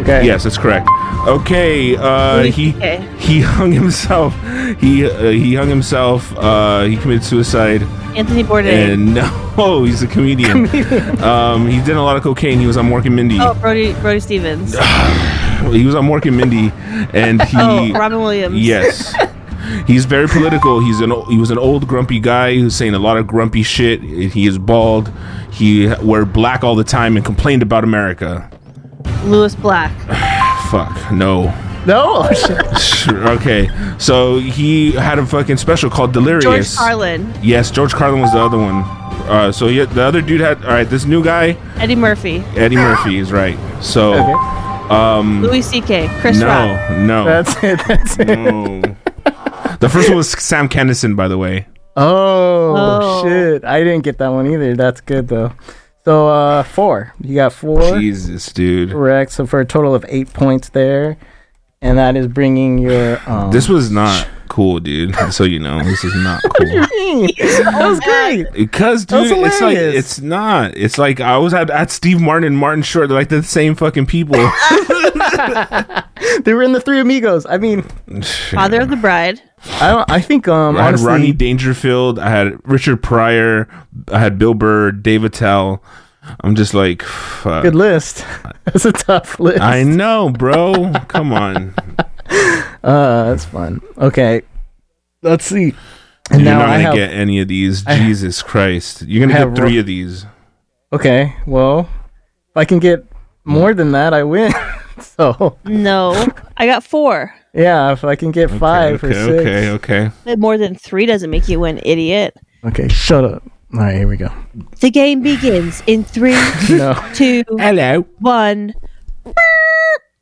Speaker 2: Okay.
Speaker 1: Yes, that's correct. Okay, uh, he
Speaker 3: Okay.
Speaker 1: he hung himself. He uh, he hung himself. Uh, he committed suicide.
Speaker 3: Anthony Bourdain.
Speaker 1: And no, he's a comedian. um, he did a lot of cocaine. He was on Mork and Mindy.
Speaker 3: oh, Brody Brody Stevens.
Speaker 1: He was on Mork and Mindy, and he
Speaker 3: Oh, Robin Williams.
Speaker 1: Yes. He's very political. He's an o- he was an old grumpy guy who's saying a lot of grumpy shit. He is bald. He wore black all the time and complained about America.
Speaker 3: Lewis Black.
Speaker 1: Fuck no.
Speaker 2: No.
Speaker 1: okay, so he had a fucking special called Delirious.
Speaker 3: George Carlin.
Speaker 1: Yes, George Carlin was the other one. Uh, so yeah, the other dude had all right. This new guy,
Speaker 3: Eddie Murphy.
Speaker 1: Eddie Murphy, is right. So, um,
Speaker 3: Louis C.K. Chris
Speaker 1: no,
Speaker 3: Rock.
Speaker 1: no,
Speaker 2: it. That's it.
Speaker 1: no. The first one was Sam Kennison, by the way.
Speaker 2: Oh, shit! I didn't get that one either. That's good though. So uh, four. You got four.
Speaker 1: Jesus, dude.
Speaker 2: Correct. So for a total of eight points there, and that is bringing your. Um,
Speaker 1: This was not cool, dude. So you know, this is not cool.
Speaker 2: that was great.
Speaker 1: Because
Speaker 2: That was
Speaker 1: dude, it's like
Speaker 2: hilarious.
Speaker 1: it's not. It's like I always had at Steve Martin and Martin Short. They're like the same fucking people.
Speaker 2: They were in the Three Amigos. I mean,
Speaker 3: Father of the Bride.
Speaker 2: I don't. I think um
Speaker 1: I had
Speaker 2: honestly,
Speaker 1: Ronnie Dangerfield. I had Richard Pryor. I had Bill Burr, Dave Attell. I'm just like, fuck.
Speaker 2: good list. That's a tough list.
Speaker 1: I know, bro. Come on.
Speaker 2: Uh, that's fun. Okay, let's see. And
Speaker 1: You're
Speaker 2: now
Speaker 1: not
Speaker 2: I
Speaker 1: gonna
Speaker 2: have.
Speaker 1: get any of these. Jesus Christ. You're
Speaker 2: I
Speaker 1: gonna
Speaker 2: have
Speaker 1: get three
Speaker 2: ro-
Speaker 1: of these.
Speaker 2: Okay, well, if I can get more than that, I win. so
Speaker 3: No, I got four.
Speaker 2: yeah, if I can get five or
Speaker 1: Okay,
Speaker 2: six.
Speaker 1: okay, okay.
Speaker 3: But More than three doesn't make you an idiot.
Speaker 2: Okay, shut up. All right, here we go.
Speaker 3: The game begins in three,
Speaker 2: No.
Speaker 3: two,
Speaker 1: hello,
Speaker 3: one.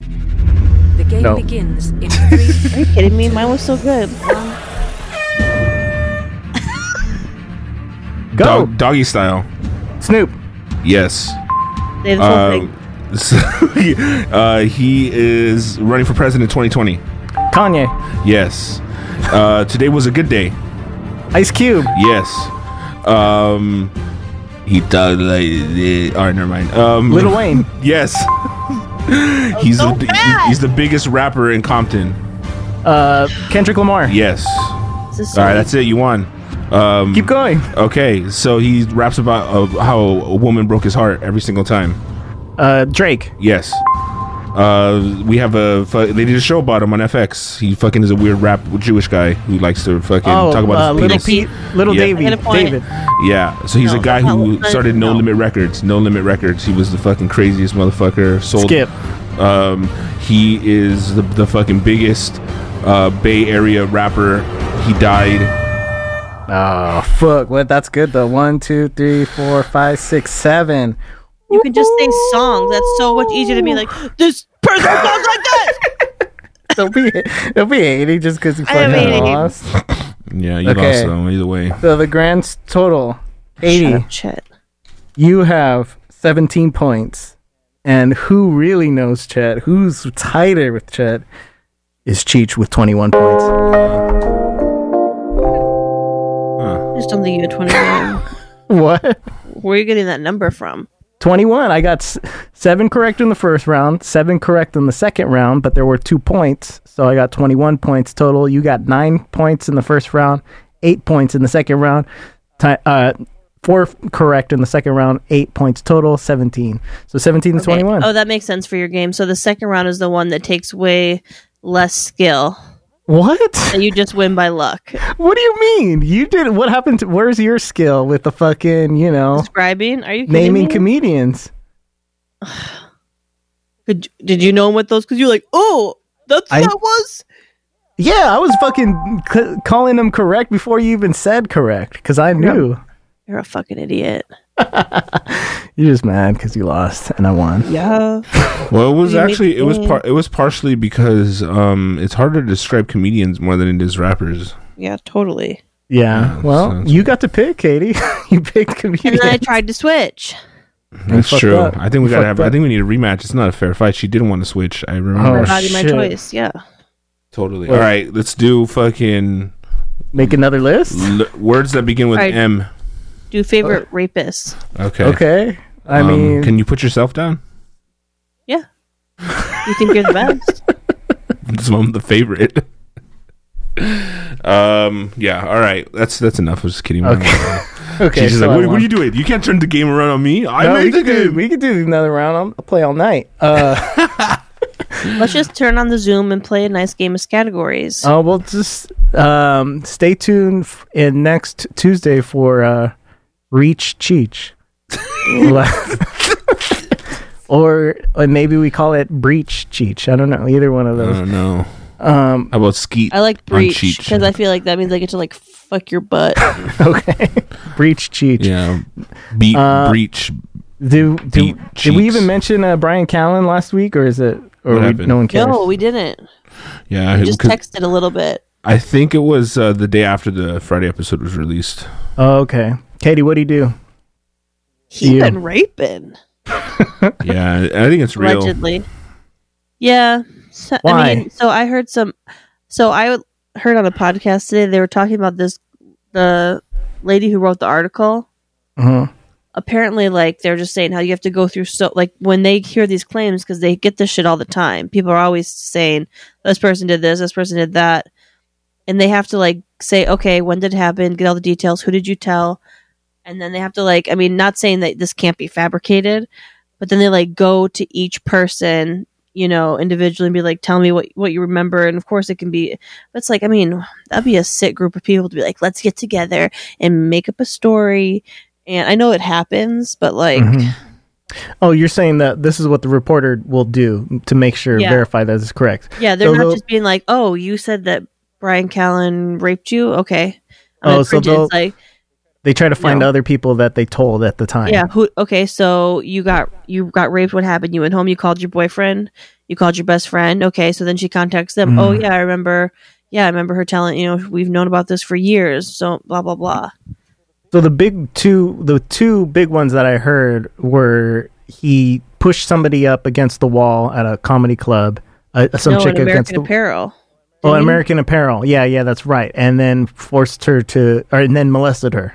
Speaker 10: The game
Speaker 2: No.
Speaker 10: begins in three,
Speaker 3: Are you kidding me? Mine was so good.
Speaker 2: Go.
Speaker 1: Dog, doggy style.
Speaker 2: Snoop.
Speaker 1: Yes.
Speaker 3: They had this whole
Speaker 1: Uh,
Speaker 3: thing.
Speaker 1: so, uh, he is running for president 2020.
Speaker 2: Kanye.
Speaker 1: Yes. Uh, today was a good day.
Speaker 2: Ice Cube.
Speaker 1: Yes. Um, he talked like. thi- All right, never mind. Um,
Speaker 2: Little Wayne.
Speaker 1: Yes. he's
Speaker 3: so
Speaker 1: the,
Speaker 3: bad.
Speaker 1: he's the biggest rapper in Compton.
Speaker 2: Uh, Kendrick Lamar.
Speaker 1: Yes.
Speaker 3: This is so
Speaker 1: All right, that's it. You won. Um,
Speaker 2: Keep going.
Speaker 1: okay, so he raps about uh, how a woman broke his heart every single time.
Speaker 2: Uh, Drake.
Speaker 1: Yes. Uh, we have a fu- they did a show about him on FX. He fucking is a weird rap Jewish guy who likes to fucking
Speaker 2: Oh,
Speaker 1: talk about
Speaker 2: uh,
Speaker 1: his
Speaker 2: Little
Speaker 1: penis.
Speaker 2: Pete. Little
Speaker 1: Yeah.
Speaker 2: Davy.
Speaker 3: I get a point.
Speaker 2: David.
Speaker 1: Yeah, so he's
Speaker 3: No,
Speaker 1: a guy
Speaker 3: that's
Speaker 1: who
Speaker 3: not what-
Speaker 1: started No
Speaker 3: no.
Speaker 1: Limit Records. No Limit Records. He was the fucking craziest motherfucker. Sold.
Speaker 2: Skip.
Speaker 1: Um, he is the, the fucking biggest uh, Bay Area rapper. He died.
Speaker 2: Oh fuck! What? That's good though. One, two, three, four, five, six, seven.
Speaker 3: You can just sing songs. That's so much easier to be like, this person sounds like that.
Speaker 2: Don't be, don't be hating just because you
Speaker 3: am
Speaker 2: fucking
Speaker 3: hating.
Speaker 2: lost.
Speaker 1: Yeah, you
Speaker 2: Okay.
Speaker 1: lost them either way.
Speaker 2: So the grand s- total, eighty.
Speaker 3: Shit.
Speaker 2: You have seventeen points, and who really knows Chet? Who's tighter with Chet? Is Cheech with twenty-one points?
Speaker 3: I just don't think you had 21.
Speaker 2: What?
Speaker 3: Where are you getting that number from?
Speaker 2: Twenty-one. I got s- seven correct in the first round, seven correct in the second round, but there were two points, so I got twenty-one points total. You got nine points in the first round, eight points in the second round. Ti uh, four f- correct in the second round, eight points total, seventeen. So seventeen to twenty-one.
Speaker 3: Oh, that makes sense for your game. So the second round is the one that takes way less skill.
Speaker 2: What?
Speaker 3: And you just win by luck.
Speaker 2: What do you mean? You did what happened to where's your skill with the fucking, you know,
Speaker 3: Describing? Are you kidding
Speaker 2: naming
Speaker 3: me?
Speaker 2: comedians?
Speaker 3: Could, did you know what those? Because you're like, oh, that's
Speaker 2: I-
Speaker 3: what that was.
Speaker 2: Yeah, I was fucking c- calling them correct before you even said correct cuz I knew.
Speaker 3: You're a fucking idiot.
Speaker 2: You're just mad cuz you lost and I won.
Speaker 3: Yeah.
Speaker 1: Well, it was
Speaker 3: You made
Speaker 1: actually it was
Speaker 3: me-
Speaker 1: par- it was partially because um it's harder to describe comedians more than it is rappers.
Speaker 3: Yeah, totally.
Speaker 2: Yeah. Well,
Speaker 1: sounds
Speaker 2: you got to pick, Katie. you picked
Speaker 3: And
Speaker 2: comedians.
Speaker 3: then I tried to switch.
Speaker 1: That's
Speaker 2: fucked
Speaker 1: true.
Speaker 2: up.
Speaker 1: I think we
Speaker 2: You
Speaker 1: gotta
Speaker 2: fucked
Speaker 1: have. I
Speaker 2: up.
Speaker 1: think we need a rematch. It's not a fair fight. She didn't want to switch. I remember
Speaker 2: Oh,
Speaker 3: Not in my
Speaker 2: Shit.
Speaker 3: choice. Yeah.
Speaker 1: totally. All right, let's do fucking
Speaker 2: Make another list?
Speaker 1: l- words that begin with
Speaker 3: All right.
Speaker 1: M.
Speaker 3: Do favorite
Speaker 2: Uh.
Speaker 3: rapists.
Speaker 1: Okay.
Speaker 2: Okay. I
Speaker 1: Um,
Speaker 2: mean,
Speaker 1: can you put yourself down?
Speaker 3: Yeah. You think you're the best?
Speaker 1: Because I'm the favorite. um. Yeah. All right. That's that's enough. I was just kidding. Okay.
Speaker 2: okay.
Speaker 1: She's just
Speaker 2: so I
Speaker 1: like, what, what
Speaker 2: won.
Speaker 1: are you doing? You can't turn the game around on me. I
Speaker 2: No, we
Speaker 1: made the
Speaker 2: could do
Speaker 1: game.
Speaker 2: we could do another round. I'll play all night. Uh,
Speaker 3: Let's just turn on the Zoom and play a nice game of categories.
Speaker 2: Oh, well, just um, stay tuned f- in next Tuesday for uh, Reach Cheech. or, or maybe we call it Breach Cheech. I don't know. Either one of
Speaker 1: I
Speaker 2: those.
Speaker 1: don't know.
Speaker 2: Um,
Speaker 1: How about Skeet?
Speaker 3: I like
Speaker 1: on
Speaker 3: breach
Speaker 1: Cheech?
Speaker 3: because I feel like that means I get to like fuck your butt.
Speaker 2: okay. Breach Cheech.
Speaker 1: Yeah. Beat
Speaker 2: Uh,
Speaker 1: breach.
Speaker 2: Do, do,
Speaker 1: Beat
Speaker 2: did we
Speaker 1: Cheeks.
Speaker 2: even mention uh, Brian Callen last week, or is it or
Speaker 1: What
Speaker 2: we,
Speaker 1: happened?
Speaker 2: no one cares?
Speaker 3: no, we didn't.
Speaker 1: Yeah,
Speaker 3: We
Speaker 1: I-
Speaker 3: just
Speaker 1: 'cause
Speaker 3: texted a little bit.
Speaker 1: I think it was uh, the day after the Friday episode was released.
Speaker 2: Oh, okay. Katie, what do you do?
Speaker 3: He
Speaker 2: You.
Speaker 3: been raping
Speaker 1: Yeah, I I think it's real.
Speaker 3: allegedly. Yeah. So,
Speaker 2: Why?
Speaker 3: I mean, so I heard some. So I heard on a podcast today they were talking about this. The lady who wrote the article
Speaker 2: Uh-huh.
Speaker 3: apparently like they're just saying how you have to go through so like when they hear these claims because they get this shit all the time people are always saying this person did this this person did that and they have to like say okay when did it happen get all the details who did you tell and then they have to like i mean not saying that this can't be fabricated but then they like go to each person you know individually and be like tell me what what you remember and of course it can be but it's like i mean that'd be a sick group of people to be like let's get together and make up a story and i know it happens but like
Speaker 2: Mm-hmm. Oh, you're saying that this is what the reporter will do to make sure
Speaker 3: Yeah.
Speaker 2: verify that it's correct.
Speaker 3: yeah they're
Speaker 2: So
Speaker 3: not
Speaker 2: they'll-
Speaker 3: just being like oh you said that brian callen raped you okay
Speaker 2: Oh,
Speaker 3: gonna
Speaker 2: so
Speaker 3: cringe it.
Speaker 2: they'll-
Speaker 3: it's like
Speaker 2: They try to find other people that they told at the time.
Speaker 3: yeah who okay so you got you got raped what happened you went home you called your boyfriend you called your best friend okay so then she contacts them oh
Speaker 2: Mhm.
Speaker 3: yeah i remember yeah i remember her telling you know we've known about this for years so blah blah blah
Speaker 2: So the big two, the two big ones that I heard were he pushed somebody up against the wall at a comedy club. Uh, some
Speaker 3: no, in
Speaker 2: chick against
Speaker 3: american
Speaker 2: the
Speaker 3: apparel
Speaker 2: oh
Speaker 3: didn't he?
Speaker 2: American Apparel. Yeah, yeah, that's right. And then forced her to, or and then molested her.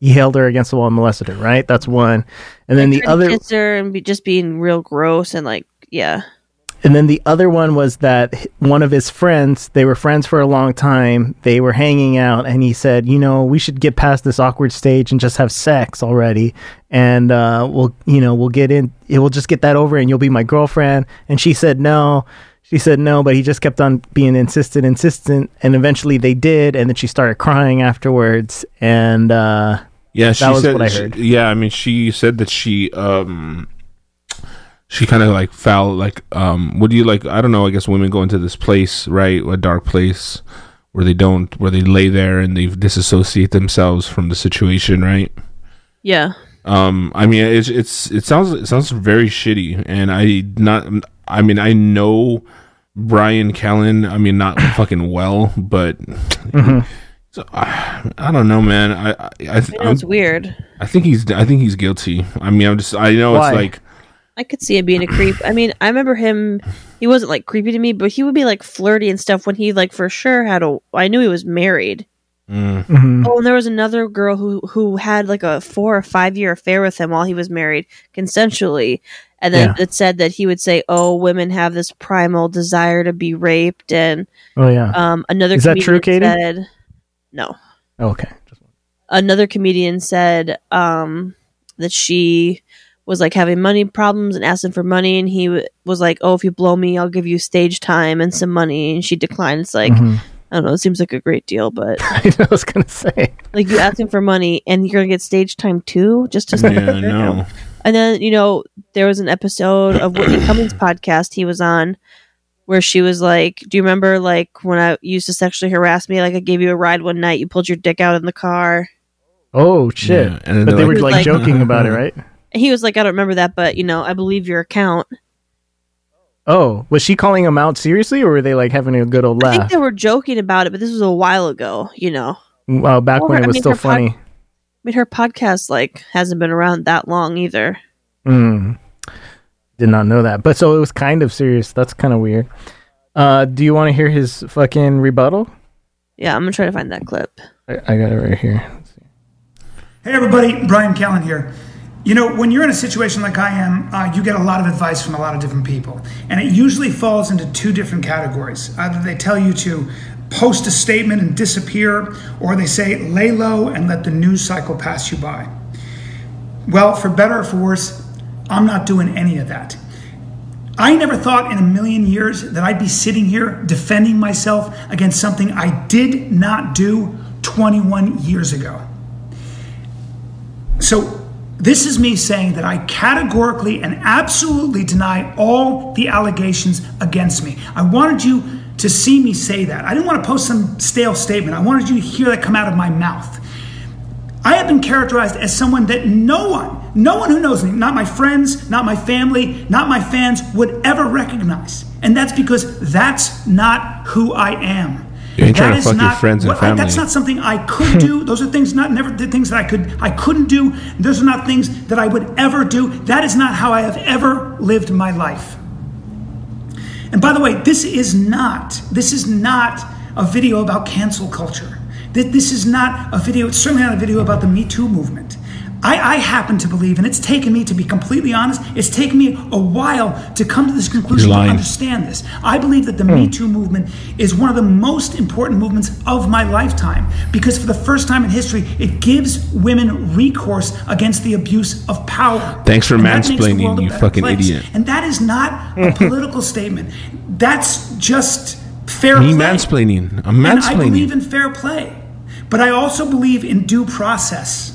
Speaker 2: He held her against the wall and molested her. Right, that's one. And then the
Speaker 3: Trying to
Speaker 2: other,
Speaker 3: kiss her and be, just being real gross and like yeah
Speaker 2: And then the other one was that h- one of his friends, they were friends for a long time. They were hanging out, and he said, You know, we should get past this awkward stage and just have sex already. And uh, we'll, you know, we'll get in, it- we'll just get that over, and you'll be my girlfriend. And she said, No. She said no, but he just kept on being insistent, insistent, and eventually they did, and then she started crying afterwards. And uh,
Speaker 1: Yeah, she
Speaker 2: that was
Speaker 1: said.
Speaker 2: what I
Speaker 1: she-
Speaker 2: heard.
Speaker 1: yeah, I mean, she said that she um, she kind of like foul like um, what do you like? I don't know. I guess women go into this place, right, a dark place where they don't where they lay there and they disassociate themselves from the situation, right?
Speaker 3: yeah
Speaker 1: Um, I mean, it's it's it sounds it sounds very shitty, and I not. I mean, I know Brian Callen. I mean, not fucking well, but
Speaker 2: Mm-hmm.
Speaker 1: so, I, I don't know, man. I I, I,
Speaker 3: i know
Speaker 1: I'm-
Speaker 3: it's weird
Speaker 1: I think he's I think he's guilty. I mean, I'm just I know
Speaker 2: Why?
Speaker 1: it's like
Speaker 3: I could see him being a creep. I mean, I remember him. He wasn't like creepy to me, but he would be like flirty and stuff when he like for sure had a. I knew he was married.
Speaker 1: mm.
Speaker 2: Mm-hmm.
Speaker 3: Oh, and there was another girl who who had like a four or five year affair with him while he was married consensually, and then
Speaker 2: Yeah.
Speaker 3: it said that he would say, "Oh, women have this primal desire to be raped," and
Speaker 2: oh yeah,
Speaker 3: um, another
Speaker 2: Is that true,
Speaker 3: comedian
Speaker 2: Katie?
Speaker 3: Said, no,
Speaker 2: okay,
Speaker 3: another comedian said um, that she was like having money problems and asked him for money and he w- was like oh if you blow me i'll give you stage time and some money and she declined it's like
Speaker 2: Mhm.
Speaker 3: i don't know it seems like a great deal but
Speaker 2: I was gonna say,
Speaker 3: like you ask him for money and you're gonna get stage time too just to
Speaker 1: yeah, no.
Speaker 3: and then, you know, there was an episode of Whitney Cummings' podcast he was on where she was like, Do you remember like when I used to sexually harass me? Like I gave you a ride one night, you pulled your dick out in the car.
Speaker 2: oh shit!
Speaker 1: Yeah, and then
Speaker 2: but they
Speaker 1: they're
Speaker 2: were
Speaker 1: like-
Speaker 2: like,
Speaker 3: Like-
Speaker 2: joking about it, right?
Speaker 3: And he was like, I don't remember that, but you know, I believe your account.
Speaker 2: Oh, was she calling him out seriously, or were they like having a good old
Speaker 3: I think
Speaker 2: laugh?
Speaker 3: they were joking about it, but this was a while ago, you know. I
Speaker 2: Well, back
Speaker 3: Well,
Speaker 2: when
Speaker 3: I
Speaker 2: it was
Speaker 3: mean,
Speaker 2: still
Speaker 3: her pod-
Speaker 2: funny.
Speaker 3: mean her podcast like hasn't been around that long either.
Speaker 2: Mm. Did not know that, but so it was kind of serious. That's kind of weird. Uh, do you want to hear his fucking rebuttal?
Speaker 3: Yeah, I'm gonna try to find that clip.
Speaker 2: I, I got it right here.
Speaker 11: Hey, everybody, Brian Callen here. You know, when you're in a situation like I am, uh, you get a lot of advice from a lot of different people. And it usually falls into two different categories. Either they tell you to post a statement and disappear, or they say lay low and let the news cycle pass you by. Well, for better or for worse, I'm not doing any of that. I never thought in a million years that I'd be sitting here defending myself against something I did not do 21 years ago. So, this is me saying that I categorically and absolutely deny all the allegations against me. I wanted you to see me say that. I didn't want to post some stale statement. I wanted you to hear that come out of my mouth. I have been characterized as someone that no one, no one who knows me, not my friends, not my family, not my fans, would ever recognize. And that's because that's not who I am.
Speaker 1: You ain't trying
Speaker 11: That
Speaker 1: to
Speaker 11: is
Speaker 1: fuck your
Speaker 11: not
Speaker 1: friends and
Speaker 11: what I- that's
Speaker 1: family.
Speaker 11: not something I could do. Those are things not never the things that I could I couldn't do. Those are not things that I would ever do. That is not how I have ever lived my life. And by the way, this is not this is not a video about cancel culture. Th- This is not a video. It's certainly not a video about the Me Too movement. I, I happen to believe, and it's taken me to be completely honest, it's taken me a while to come to this conclusion
Speaker 1: He's
Speaker 11: to
Speaker 1: lying. Hmm.
Speaker 11: understand this. I believe that the Me Too movement is one of the most important movements of my lifetime because for the first time in history, it gives women recourse against the abuse of power.
Speaker 1: Thanks for
Speaker 11: And that makes the
Speaker 1: mansplaining,
Speaker 11: world a
Speaker 1: you
Speaker 11: better
Speaker 1: fucking
Speaker 11: place.
Speaker 1: idiot. Hmm.
Speaker 11: And that is not a political statement. That's just fair
Speaker 1: Me
Speaker 11: play.
Speaker 1: mansplaining. I'm
Speaker 11: And I believe
Speaker 1: mansplaining.
Speaker 11: in fair play, but I also believe in due process.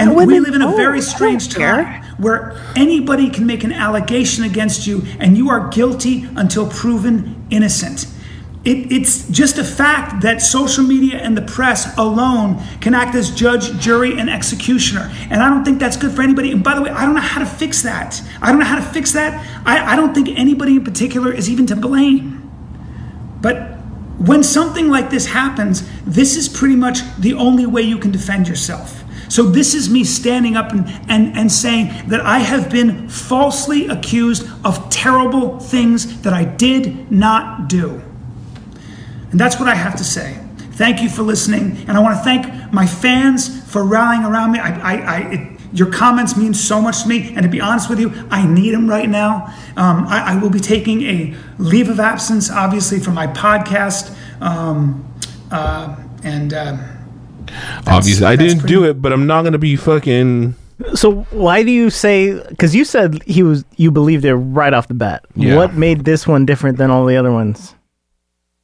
Speaker 11: And we
Speaker 1: women-
Speaker 11: live in a
Speaker 1: oh,
Speaker 11: very strange time where anybody can make an allegation against you and you are guilty until proven innocent. It, it's just a fact that social media and the press alone can act as judge, jury, and executioner. And I don't think that's good for anybody. And by the way, I don't know how to fix that. I don't know how to fix that. I, I don't think anybody in particular is even to blame. But when something like this happens, this is pretty much the only way you can defend yourself. So this is me standing up and, and, and saying that I have been falsely accused of terrible things that I did not do. And that's what I have to say. Thank you for listening. And I want to thank my fans for rallying around me. I, I, I, it, your comments mean so much to me. And to be honest with you, I need them right now. Um, I, I will be taking a leave of absence, obviously, from my podcast. Um, uh, and um,
Speaker 1: Obviously, I didn't do it, but I'm not gonna be fucking.
Speaker 2: So why do you say? Because you said he was, you believed it right off the bat.
Speaker 1: Yeah.
Speaker 2: What made this one different than all the other ones?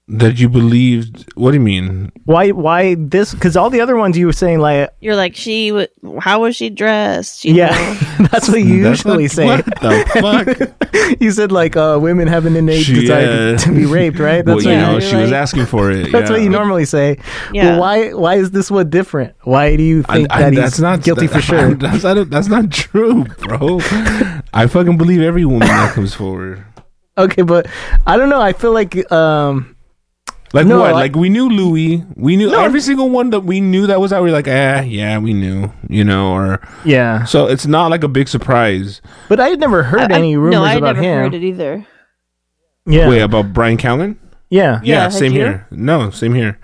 Speaker 1: That you believed. What do you mean?
Speaker 2: Why? Why this? Because all the other ones you were saying like,
Speaker 3: You're like she. W- how was she dressed? You
Speaker 2: yeah, that's what you
Speaker 3: That's
Speaker 2: usually
Speaker 3: what-
Speaker 2: say.
Speaker 3: what the
Speaker 2: fuck? you said like uh, women have an innate
Speaker 1: She,
Speaker 2: desire
Speaker 1: uh,
Speaker 2: to be raped, right?
Speaker 1: well, you
Speaker 2: what
Speaker 1: know, she was asking for it.
Speaker 2: That's what
Speaker 1: yeah.
Speaker 2: you normally say.
Speaker 1: Yeah.
Speaker 2: Well, why? Why is this one different? Why do you think
Speaker 1: I- I-
Speaker 2: that he's
Speaker 1: that's not-
Speaker 2: guilty for
Speaker 1: that-
Speaker 2: sure?
Speaker 1: that's not. That's not true, bro. I fucking believe every woman that comes forward.
Speaker 2: okay, but I don't know. I feel like um,
Speaker 1: Like
Speaker 2: No,
Speaker 1: what?
Speaker 2: I-
Speaker 1: like we knew Louis. We knew every single one that we knew that was out. We were like, ah, yeah, we knew, you know, or
Speaker 2: yeah.
Speaker 1: So it's not like a big surprise.
Speaker 2: but I had never heard
Speaker 3: I-
Speaker 2: any rumors
Speaker 3: no, I
Speaker 2: about
Speaker 3: never
Speaker 2: him.
Speaker 3: heard it either.
Speaker 2: Yeah.
Speaker 1: Wait, about Brian Callen?
Speaker 2: Yeah.
Speaker 1: Yeah.
Speaker 3: Yeah,
Speaker 1: same
Speaker 3: had you?
Speaker 1: here. No, same here.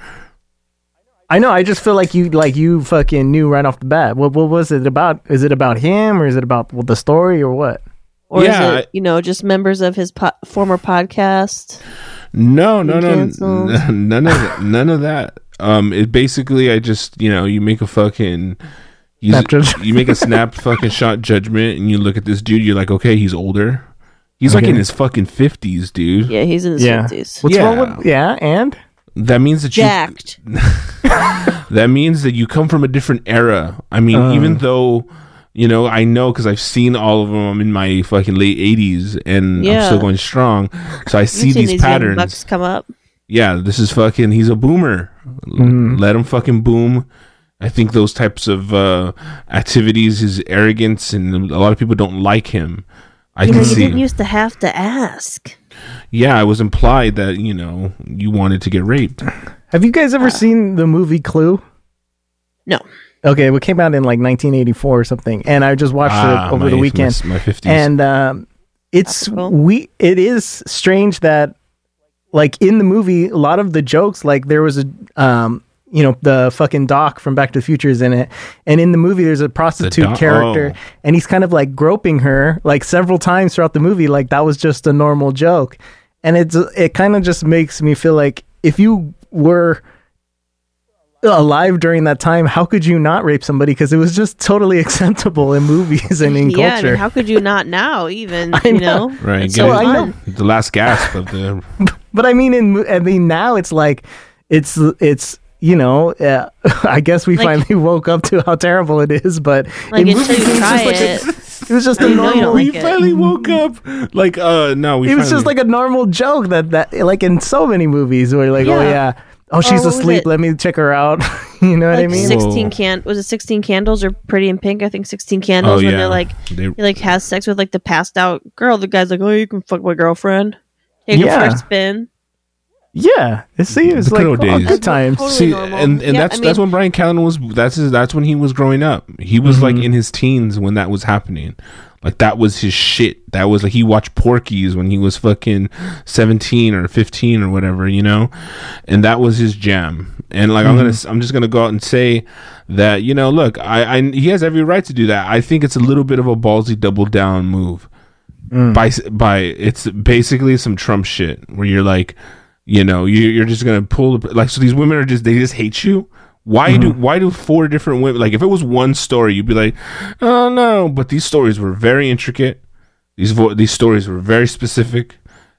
Speaker 2: I know. I just feel like you like you fucking knew right off the bat. What what was it about? Is it about him or is it about well, the story or what?
Speaker 3: Or
Speaker 1: Yeah,
Speaker 3: is
Speaker 1: I-
Speaker 3: it you know just members of his po- former podcast?
Speaker 1: No, no, no, n-
Speaker 3: canceled.
Speaker 1: none of that, none of that. Um, it basically, I just you know, you make a fucking. You,
Speaker 2: Snap judgment.
Speaker 1: you make a snap fucking shot judgment and you look at this dude you're like okay he's older he's like
Speaker 2: Okay.
Speaker 1: in his fucking 50s dude
Speaker 3: Yeah, he's in his
Speaker 1: Yeah.
Speaker 3: fifties.
Speaker 2: What's wrong with yeah? And
Speaker 1: that means that you
Speaker 3: Jacked.
Speaker 1: that means that you come from a different era. I mean,
Speaker 2: Uh.
Speaker 1: even though you know, I know because I've seen all of them. I'm in my fucking late 80s, and I'm
Speaker 3: Yeah.
Speaker 1: still going strong. So I see
Speaker 3: You've seen
Speaker 1: these,
Speaker 3: these young
Speaker 1: patterns.
Speaker 3: bucks come up.
Speaker 1: Yeah, this is fucking. He's a boomer. L- Let him fucking boom. I think those types of uh, activities, his arrogance, and a lot of people don't like him. I
Speaker 3: you know,
Speaker 1: can
Speaker 3: you
Speaker 1: see.
Speaker 3: didn't used to have to ask.
Speaker 1: yeah, it was implied that you know you wanted to get raped.
Speaker 2: have you guys ever seen the movie Clue?
Speaker 3: Ah. No.
Speaker 2: Okay, it came out in like 1984 or something, and I just watched
Speaker 1: Ah,
Speaker 2: it over
Speaker 1: my-
Speaker 2: the weekend.
Speaker 1: my- my 50s.
Speaker 2: and um, it's we. It is strange that like in the movie, a lot of the jokes, like there was a um, you know, the fucking doc from Back to the Future is in it, and in the movie, there's a prostitute
Speaker 1: doc?
Speaker 2: character,
Speaker 1: Oh.
Speaker 2: and he's kind of like groping her like several times throughout the movie, like that was just a normal joke, and it's it kind of just makes me feel like if you were alive during that time, how could you not rape somebody? Because it was just totally acceptable in movies and in
Speaker 3: yeah, I mean,
Speaker 2: culture.
Speaker 3: how could you not now? Even you know,
Speaker 1: Right.
Speaker 3: It's
Speaker 1: get
Speaker 3: so
Speaker 1: it-
Speaker 3: fun.
Speaker 1: The last gasp of the.
Speaker 2: but I mean, in I mean now it's like it's it's you know uh, I guess we
Speaker 3: Like-
Speaker 2: finally woke up to how terrible it is. But
Speaker 3: Like
Speaker 2: in
Speaker 3: until
Speaker 2: movies,
Speaker 3: you
Speaker 2: it's
Speaker 3: try
Speaker 2: just like a-
Speaker 3: it,
Speaker 2: it was just a
Speaker 3: you know you
Speaker 2: normal.
Speaker 3: don't like
Speaker 1: we
Speaker 3: it.
Speaker 1: finally woke up. Like, uh, no, we.
Speaker 2: it was just like a normal joke that that like in so many movies where you're like oh
Speaker 3: Yeah.
Speaker 2: yeah oh
Speaker 3: Or
Speaker 2: she's
Speaker 3: what was
Speaker 2: asleep
Speaker 3: it?
Speaker 2: let me check her out you know what I
Speaker 3: like
Speaker 2: mean
Speaker 3: sixteen can was it sixteen candles or Pretty in Pink? I think sixteen candles
Speaker 2: Oh,
Speaker 3: when
Speaker 2: yeah.
Speaker 3: they're like
Speaker 2: They-
Speaker 3: he like has sex with like the passed out girl. The guy's like, oh, you can fuck my girlfriend. Take
Speaker 2: Yeah.
Speaker 3: her for a spin.
Speaker 2: yeah it seems
Speaker 1: The
Speaker 2: like
Speaker 1: good
Speaker 2: oh,
Speaker 1: old days.
Speaker 2: good times
Speaker 1: See, and, and
Speaker 3: Yeah,
Speaker 1: that's
Speaker 3: I
Speaker 1: that's
Speaker 3: mean-
Speaker 1: when Brian Callen was. That's his, that's when he was growing up. He was
Speaker 2: Mm-hmm.
Speaker 1: like in his teens when that was happening. Like that was his shit. That was like he watched Porky's when he was fucking seventeen or fifteen or whatever, you know, and that was his jam. And like I'm gonna, s-
Speaker 2: Mm-hmm.
Speaker 1: I'm just gonna go out and say that you know, look, I, I he has every right to do that. I think it's a little bit of a ballsy double down move
Speaker 2: Mm.
Speaker 1: by by it's basically some Trump shit where you're like, you know, you, you're just gonna pull the- like so these women are just they just hate you. Why do why do four different women like if it was one story you'd be like, oh no, but these stories were very intricate. These vo- these stories were very specific,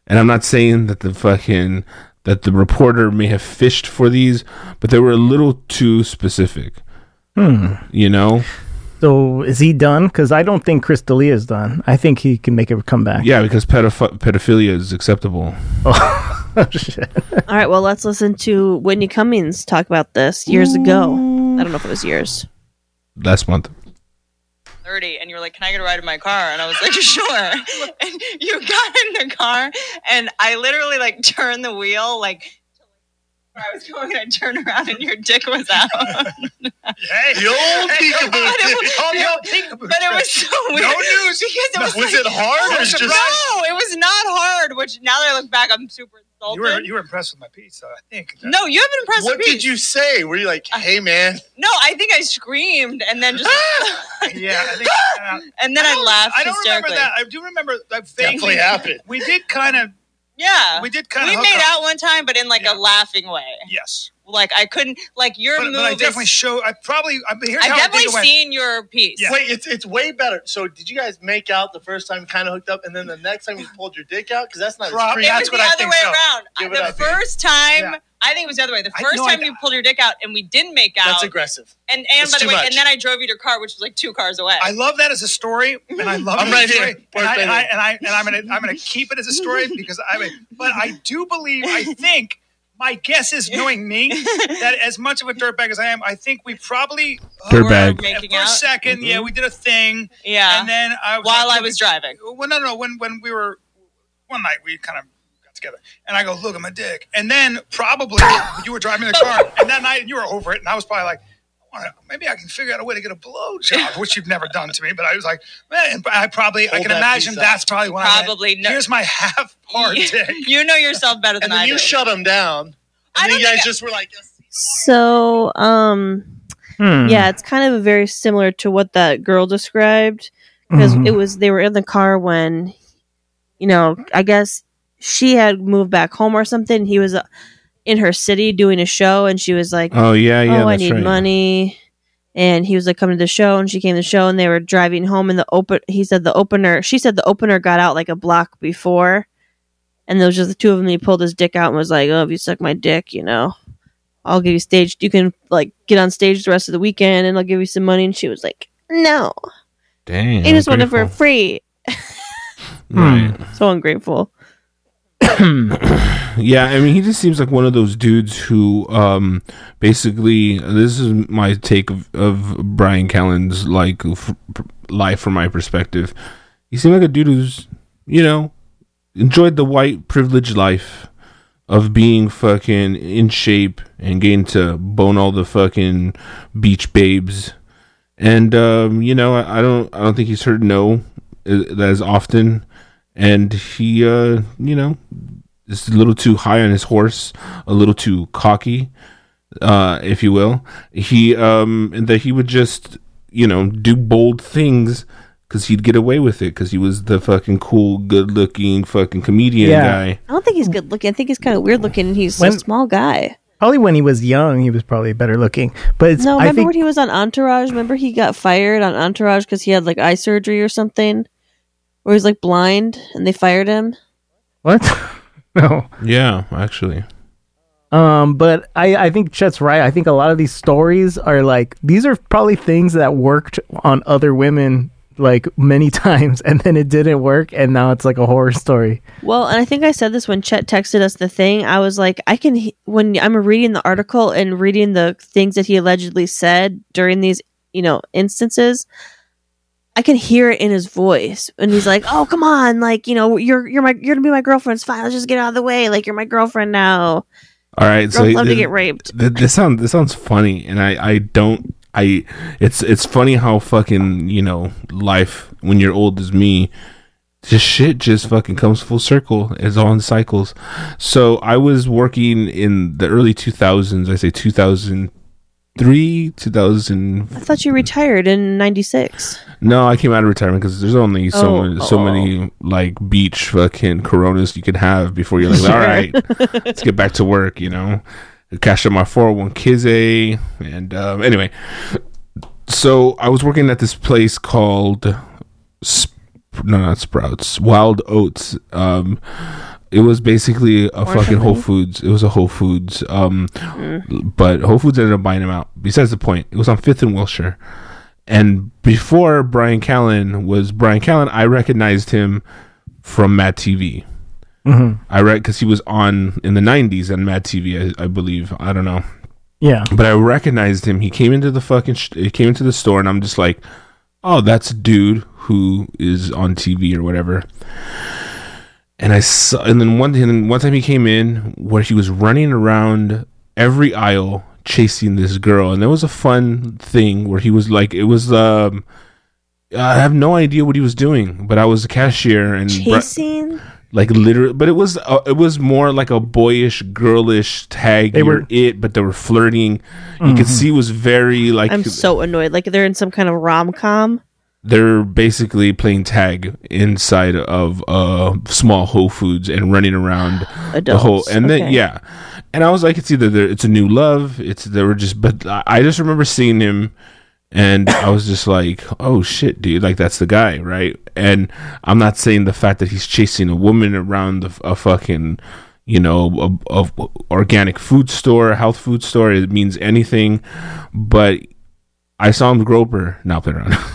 Speaker 1: and I'm not saying that the fucking that the reporter may have fished for these, but they were a little too specific.
Speaker 2: Hmm.
Speaker 1: You know,
Speaker 2: so is he done because I don't think Chris D'Elia is done I think he can make a comeback
Speaker 1: yeah, because pedoph- pedophilia is acceptable.
Speaker 3: All right, well, let's listen to Whitney Cummings talk about this years ago. I don't know if it was years.
Speaker 1: Last month.
Speaker 12: 30 and you were like can i get a ride in my car and i was like sure and you got in the car and i literally like turned the wheel like where i was going and i turned around and your dick was out
Speaker 13: The old
Speaker 12: But it
Speaker 13: peekaboo
Speaker 12: was-
Speaker 13: dick. Oh, the old
Speaker 12: but it was so
Speaker 13: No
Speaker 12: weird
Speaker 13: news.
Speaker 12: because it
Speaker 13: No,
Speaker 12: was,
Speaker 13: was
Speaker 12: like-
Speaker 13: it hard or
Speaker 12: I'm
Speaker 13: just-
Speaker 12: surprised- no it was not hard which now that i look back i'm super insulted
Speaker 13: You were you were impressed with my pizza, I think.
Speaker 12: no you haven't impressed
Speaker 13: What
Speaker 12: me
Speaker 13: did you say? Were you like, "Hey, man"?
Speaker 12: no i think i screamed and then just
Speaker 13: Yeah, I think. uh,
Speaker 12: and then i,
Speaker 13: don't-
Speaker 12: laughed
Speaker 13: I don't remember
Speaker 12: hysterically.
Speaker 13: that. I do remember that vaguely
Speaker 12: Definitely happened.
Speaker 13: We did kind of.
Speaker 12: Yeah.
Speaker 13: We did kinda
Speaker 12: We
Speaker 13: hook
Speaker 12: made
Speaker 13: up.
Speaker 12: out one time, but in like a laughing way.
Speaker 13: Yes.
Speaker 12: Like I couldn't like your
Speaker 13: But,
Speaker 12: move.
Speaker 13: but I
Speaker 12: is-
Speaker 13: definitely show. I probably. I mean, here's
Speaker 12: I've
Speaker 13: how I
Speaker 12: definitely
Speaker 13: think it went.
Speaker 12: seen your piece.
Speaker 13: Wait, it's it's way better. So, did you guys make out the first time, kind of hooked up, and then the next time you pulled your dick out? Because that's not.
Speaker 12: It was the other way around. Uh,
Speaker 13: Give it
Speaker 12: the
Speaker 13: up, babe.
Speaker 12: first time,
Speaker 13: Yeah.
Speaker 12: I think it was the other way. The
Speaker 13: I-
Speaker 12: first
Speaker 13: no, I-
Speaker 12: time you pulled your dick out and we didn't make out.
Speaker 13: That's aggressive.
Speaker 12: And and
Speaker 13: It's
Speaker 12: by the
Speaker 13: too
Speaker 12: way,
Speaker 13: much.
Speaker 12: and then I drove you to your car, which was like two cars away.
Speaker 13: I love that as a story, and I love
Speaker 12: I'm
Speaker 13: it as a
Speaker 12: right here.
Speaker 13: story. And I,
Speaker 12: Birthday
Speaker 13: and, I,
Speaker 12: day.
Speaker 13: and I and I'm gonna I'm gonna keep it as a story because I mean, but I do believe I think my guess is knowing me that as much of a dirtbag as I am, I think we probably
Speaker 1: Dirtbag. Were Mm-hmm.
Speaker 13: at
Speaker 12: making
Speaker 13: first second. Yeah, we did a thing.
Speaker 12: Yeah.
Speaker 13: and then I was
Speaker 12: While
Speaker 13: like,
Speaker 12: I was driving.
Speaker 13: Well, no, no, when when we were one night we kind of. got Together and I go look at my dick, and then probably you were driving the car, and that night you were over it, and I was probably like, wanna- maybe I can figure out a way to get a blowjob, which you've never done to me. But I was like, man, I probably, I
Speaker 12: Hold
Speaker 13: can
Speaker 12: that
Speaker 13: imagine
Speaker 12: piece up.
Speaker 13: that's probably when I
Speaker 12: Probably
Speaker 13: went,
Speaker 12: no-
Speaker 13: Here's my half hard dick.
Speaker 12: you know yourself better
Speaker 13: and
Speaker 12: than
Speaker 13: then
Speaker 12: I
Speaker 13: you
Speaker 12: do.
Speaker 13: shut him down. And
Speaker 12: I
Speaker 13: then
Speaker 12: don't
Speaker 13: you guys
Speaker 12: think I-
Speaker 13: just were like,
Speaker 3: So, um,
Speaker 13: Hmm.
Speaker 3: yeah, it's kind of very similar to what that girl described because
Speaker 2: Hmm.
Speaker 10: Mhm.
Speaker 3: it was they were in the car when, you know, I guess she had moved back home or something. He was uh, in her city doing a show, and she was like,
Speaker 1: Oh, yeah, yeah,
Speaker 3: oh, I
Speaker 1: that's
Speaker 3: need
Speaker 1: right."
Speaker 3: money." And he was like, "Come to the show," and she came to the show, and they were driving home. And the open, he said the opener, she said the opener got out like a block before, and there was just the two of them. And he pulled his dick out and was like, "Oh, if you suck my dick, you know, I'll give you stage. You can like get on stage the rest of the weekend, and I'll give you some money." And she was like, "No,
Speaker 1: Dang.
Speaker 3: he just wanted for free."
Speaker 1: Right.
Speaker 3: So ungrateful.
Speaker 1: yeah, I mean, he just seems like one of those dudes who, um, basically, this is my take of, of Brian Callen's like f- life from my perspective. He seemed like a dude who's, you know, enjoyed the white privileged life of being fucking in shape and getting to bone all the fucking beach babes. And um, you know, I, I don't, I don't think he's heard no uh, as often. And he, uh, you know, is a little too high on his horse, a little too cocky, uh, if you will. He, um, and that he would just, you know, do bold things because he'd get away with it because he was the fucking cool, good-looking fucking comedian
Speaker 3: Yeah.
Speaker 1: guy.
Speaker 3: I don't think he's good looking. I think he's kind of weird looking. and He's a small guy.
Speaker 2: Probably when he was young, he was probably better looking. But it's,
Speaker 3: No,
Speaker 2: I
Speaker 3: remember
Speaker 2: think
Speaker 3: when he was on Entourage? Remember he got fired on Entourage because he had like eye surgery or something, or he's like blind and they fired him.
Speaker 2: what? no.
Speaker 1: Yeah, actually.
Speaker 2: Um, but I, I think Chet's right. I think a lot of these stories are like these are probably things that worked on other women like many times, and then it didn't work, and now it's like a horror story.
Speaker 3: Well, and I think I said this when Chet texted us the thing. I was like, I can he- when I'm reading the article and reading the things that he allegedly said during these, you know, instances. I can hear it in his voice, and he's like, "Oh, come on! Like, you know, you're you're my you're gonna be my girlfriend. It's fine. Let's just get out of the way. Like, you're my girlfriend now."
Speaker 1: All right, so
Speaker 3: Girls love to
Speaker 1: th-
Speaker 3: get raped.
Speaker 1: th- this sounds this sounds funny, and I I don't I it's it's funny how fucking you know life when you're old as me, just shit just fucking comes full circle. It's all in cycles. So I was working in the early two thousands. I say two thousand three, two thousand
Speaker 3: I thought you retired in '96.
Speaker 1: No, I came out of retirement because there's only so
Speaker 3: Oh.
Speaker 1: many, so many like beach fucking coronas you could have before you're like, all right, let's get back to work. You know, cash out my 401ks, and um, anyway, so I was working at this place called Sp- no, not Sprouts, Wild Oats. Um, it was basically a
Speaker 12: Or
Speaker 1: fucking Whole
Speaker 12: something.
Speaker 1: Foods. It was a Whole Foods. Um,
Speaker 12: Mm.
Speaker 1: but Whole Foods ended up buying them out. Besides the point, it was on Fifth and Wilshire. And before Brian Callen was Brian Callen, I recognized him from Mad TV.
Speaker 2: Mhm.
Speaker 1: I read because he was on in the '90s on Mad TV, I, I believe. I don't know.
Speaker 2: Yeah.
Speaker 1: But I recognized him. He came into the fucking. Sh- he came into the store, and I'm just like, "Oh, that's a dude who is on TV or whatever." And I saw, and then one, and then one time he came in where he was running around every aisle chasing this girl, and there was a fun thing where he was like, it was um, I have no idea what he was doing, but I was a cashier and Bri-
Speaker 3: Chasing.
Speaker 1: like literally but it was uh, it was more like a boyish girlish tag
Speaker 3: They
Speaker 1: they were
Speaker 3: were-
Speaker 1: it but they were flirting you
Speaker 3: Mhm.
Speaker 1: could see it was very like
Speaker 3: I'm so annoyed. Like they're in some kind of rom com.
Speaker 1: they're basically playing tag inside of uh small whole foods and running around the whole
Speaker 12: Adults,
Speaker 1: and then
Speaker 12: okay.
Speaker 1: yeah and i was like it's either there- it's a new love it's they were just but I- i just remember seeing him and i was just like oh shit dude like that's the guy right and i'm not saying the fact that he's chasing a woman around the, a fucking you know a, a organic food store health food store it means anything but i saw him groper now play around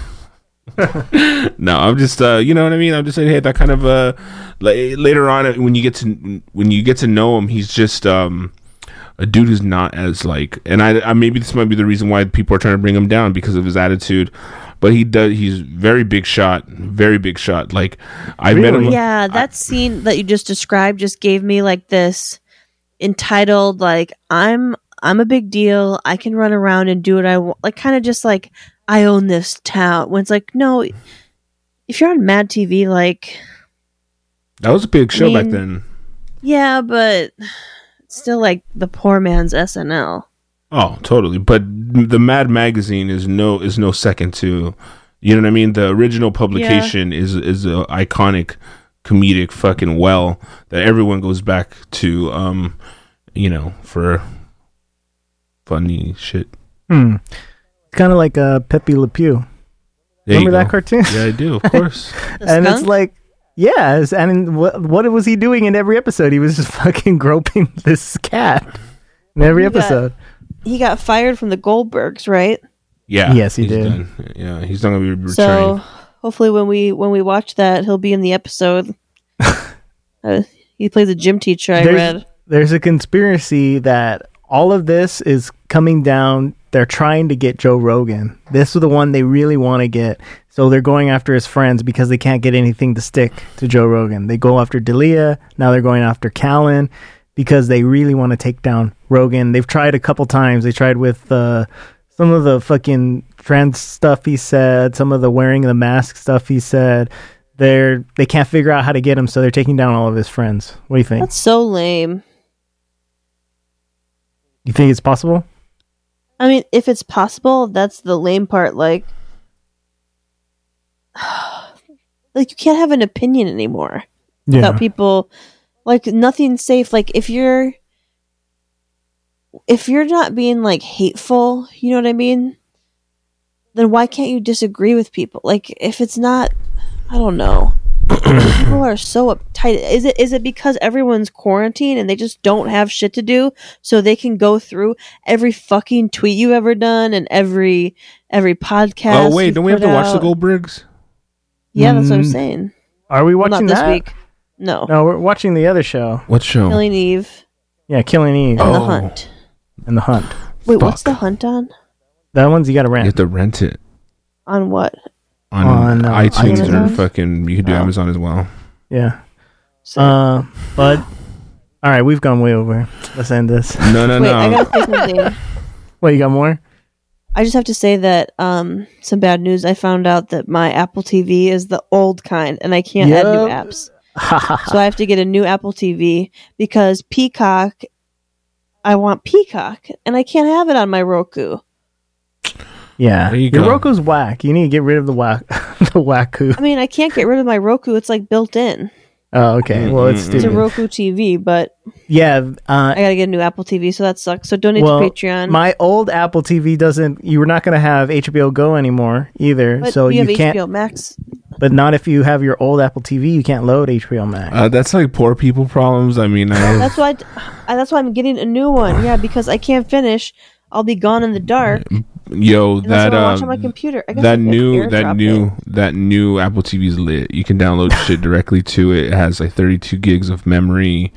Speaker 1: no, I'm just uh, you know what I mean. I'm just saying, hey, that kind of uh, la- later on uh, when you get to when you get to know him, he's just um, a dude who's not as like, and I, I maybe this might be the reason why people are trying to bring him down because of his attitude. But he does. He's very big shot, very big shot. Like I met him.
Speaker 3: Yeah, that scene that you just described just gave me like this entitled like I'm I'm a big deal. I can run around and do what I want. Like kind of just like I own this town. When it's like no, if you're on Mad TV, like
Speaker 1: That was a big show back
Speaker 3: mean-
Speaker 1: then.
Speaker 3: yeah, but it's still like the poor man's SNL.
Speaker 1: Oh, totally. But the Mad magazine is no is no second to, you know what I mean. The original publication is is a iconic, comedic fucking well that everyone goes back to, um, you know, for funny shit.
Speaker 2: Hmm. It's kind of like uh, Pepe Le Pew.
Speaker 1: There you
Speaker 2: Remember that
Speaker 1: go.
Speaker 2: cartoon?
Speaker 1: Yeah, I do, of course.
Speaker 3: The
Speaker 2: and it's
Speaker 3: skunk?
Speaker 2: like, yeah, it's- and what what was he doing in every episode? He was just fucking groping this cat in every
Speaker 3: He got-
Speaker 2: episode.
Speaker 3: He got fired from the Goldbergs, right?
Speaker 1: Yeah.
Speaker 2: Yes, he
Speaker 1: he's
Speaker 2: did.
Speaker 1: done. Yeah, he's not gonna be returning.
Speaker 3: So hopefully when we when we watch that, he'll be in the episode. uh, he plays a gym teacher. I
Speaker 2: there's,
Speaker 3: read.
Speaker 2: there's a conspiracy that all of this is coming down. They're trying to get Joe Rogan. This is the one they really want to get. So they're going after his friends because they can't get anything to stick to Joe Rogan. They go after Dalia. Now they're going after Callan because they really want to take down Rogan. They've tried a couple times. They tried with uh, some of the fucking trans stuff he said, some of the wearing the mask stuff he said. They're they can't figure out how to get him, so they're taking down all of his friends. What do you think?
Speaker 3: That's so lame.
Speaker 2: You think it's possible?
Speaker 3: I mean, if it's possible, that's the lame part. Like, like you can't have an opinion anymore
Speaker 2: Yeah.
Speaker 3: without people. Like nothing's safe. Like if you're if you're not being like hateful, you know what I mean? Then why can't you disagree with people? Like if it's not I don't know. people are so uptight. Is it is it because everyone's quarantined and they just don't have shit to do so they can go through every fucking tweet you've ever done and every every podcast?
Speaker 1: oh wait,
Speaker 3: you've
Speaker 1: don't we have
Speaker 3: put
Speaker 1: to watch the
Speaker 3: out?
Speaker 1: Goldbergs? Hmm.
Speaker 3: Yeah, that's what I'm
Speaker 2: Mm.
Speaker 3: saying.
Speaker 2: Are we
Speaker 3: Well, not
Speaker 2: watching
Speaker 3: this
Speaker 2: that?
Speaker 3: week. No.
Speaker 2: No, we're watching the other show.
Speaker 1: What show? Oh.
Speaker 3: Killing Eve
Speaker 2: Yeah, Killing Eve.
Speaker 3: and The Hunt.
Speaker 2: And the Hunt.
Speaker 3: Wait, what's The Hunt on?
Speaker 2: That one's you got to rent.
Speaker 1: You have to rent it
Speaker 3: On what?
Speaker 1: on,
Speaker 2: On, uh,
Speaker 1: iTunes or
Speaker 2: Amazon?
Speaker 1: fucking. You could do Amazon as well.
Speaker 2: Yeah. Uh, but all right, we've gone way over. Let's end this.
Speaker 1: No, no,
Speaker 3: Wait, I gotta say something.
Speaker 2: Wait, you got more?
Speaker 3: I just have to say that um, some bad news. I found out that my Apple TV is the old kind, and I can't add new
Speaker 2: Yep.
Speaker 3: apps. so I have to get a new Apple TV because Peacock. I want Peacock, and I can't have it on my Roku.
Speaker 2: Yeah,
Speaker 1: you
Speaker 2: your
Speaker 1: go.
Speaker 2: Roku's whack. You need to get rid of the whack, the wacku.
Speaker 3: I mean, I can't get rid of my Roku. It's like built in.
Speaker 2: Oh, okay. Well, it's
Speaker 3: It's a
Speaker 2: stupid.
Speaker 3: Roku TV, but
Speaker 2: Yeah, uh,
Speaker 3: I gotta get a new Apple TV, so that sucks. So donate
Speaker 2: well,
Speaker 3: to Patreon.
Speaker 2: my old Apple TV doesn't. You were not going to have HBO Go anymore either,
Speaker 3: but
Speaker 2: so
Speaker 3: you,
Speaker 2: you,
Speaker 3: have
Speaker 2: can't.
Speaker 3: HBO Max.
Speaker 2: But not if you have your old Apple TV, you can't load HBO Max.
Speaker 1: Uh, that's like poor people problems. I mean, I,
Speaker 3: That's why. I, that's why I'm getting a new one. Yeah, because I can't finish. I'll be gone in the dark.
Speaker 1: yo,
Speaker 3: And that's
Speaker 1: that
Speaker 3: what I watch
Speaker 1: um,
Speaker 3: on my computer. I guess I
Speaker 1: that
Speaker 3: could
Speaker 1: new,
Speaker 3: airdrop
Speaker 1: that new, that new Apple TV's lit. You can download shit directly to it. It has like 32 gigs of memory.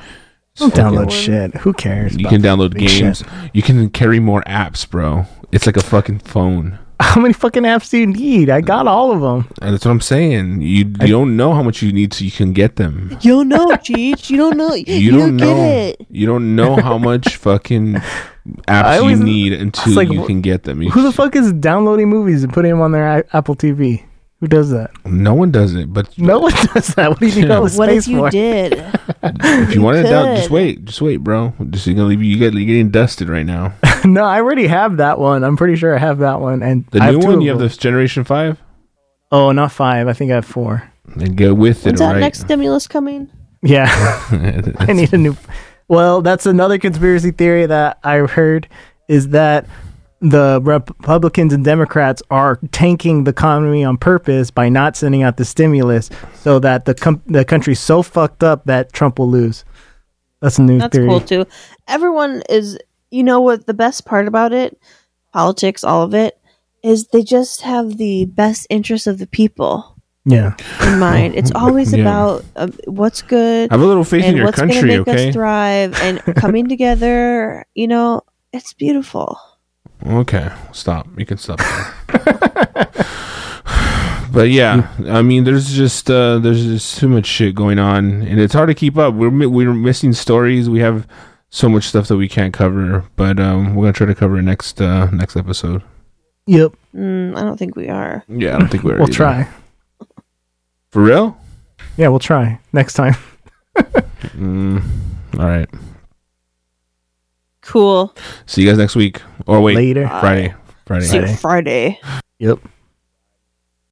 Speaker 2: Don't
Speaker 1: Fucking-
Speaker 2: download shit. Who cares?
Speaker 1: You
Speaker 2: about
Speaker 1: can
Speaker 2: that
Speaker 1: download
Speaker 2: big shit?
Speaker 1: games. You can carry more apps, bro. It's like a fucking phone.
Speaker 2: How many fucking apps do you need? I got all of them.
Speaker 1: And that's what I'm saying. You you don't know how much you need to you can get them.
Speaker 3: You don't know, Cheech. You don't know. You,
Speaker 1: You, don't
Speaker 3: get
Speaker 1: know.
Speaker 3: it.
Speaker 1: You don't know how much fucking apps
Speaker 2: I always-
Speaker 1: you need
Speaker 2: it's
Speaker 1: until
Speaker 2: like,
Speaker 1: you can get them. You-
Speaker 2: Who the fuck is downloading movies and putting them on their I- Apple TV? Who does that?
Speaker 1: no one does it, but
Speaker 2: No one does that. What do you need all the
Speaker 3: What
Speaker 2: space
Speaker 3: if you
Speaker 2: for?
Speaker 3: did?
Speaker 1: if you,
Speaker 3: You
Speaker 1: want it down,
Speaker 3: could.
Speaker 1: just wait, just wait, bro. Just you're gonna leave you. You get you're getting dusted right now.
Speaker 2: no, I already have that one. I'm pretty sure I have that one. And
Speaker 1: The
Speaker 2: I
Speaker 1: new
Speaker 2: two
Speaker 1: one,
Speaker 2: of
Speaker 1: you have
Speaker 2: them.
Speaker 1: this Generation Five,
Speaker 2: Oh, not five. I think I have four.
Speaker 1: and get with it,
Speaker 3: When's that
Speaker 1: right?
Speaker 3: next stimulus coming?
Speaker 2: Yeah, I need a new. Well, that's another conspiracy theory that I heard is that the Republicans and Democrats are tanking the economy on purpose by not sending out the stimulus, so that the com- the country's so fucked up that Trump will lose. That's a new
Speaker 3: That's
Speaker 2: theory.
Speaker 3: cool too. Everyone is. You know what? The best part about it, politics, all of it, is they just have the best interests of the people
Speaker 2: Yeah.
Speaker 3: in mind. It's always
Speaker 1: Yeah.
Speaker 3: about uh, what's good.
Speaker 1: Have a little faith in
Speaker 3: and
Speaker 1: your
Speaker 3: what's gonna
Speaker 1: country,
Speaker 3: make
Speaker 1: okay?
Speaker 3: Us thrive and coming together. You know, it's beautiful.
Speaker 1: Okay, stop. You can stop. there. but yeah, I mean, there's just uh, there's just too much shit going on, and it's hard to keep up. We're mi- we're missing stories. We have so much stuff that we can't cover, but um, we're gonna try to cover it next uh, next episode.
Speaker 2: Yep.
Speaker 3: Mm, I don't think we are.
Speaker 1: Yeah, I don't think we're.
Speaker 2: We'll
Speaker 1: either.
Speaker 2: try.
Speaker 1: for real.
Speaker 2: Yeah, we'll try next time.
Speaker 1: Mm, all right.
Speaker 3: Cool.
Speaker 1: See you guys next week. Or wait,
Speaker 2: Later.
Speaker 1: Friday. Friday.
Speaker 3: See you Friday.
Speaker 2: Yep.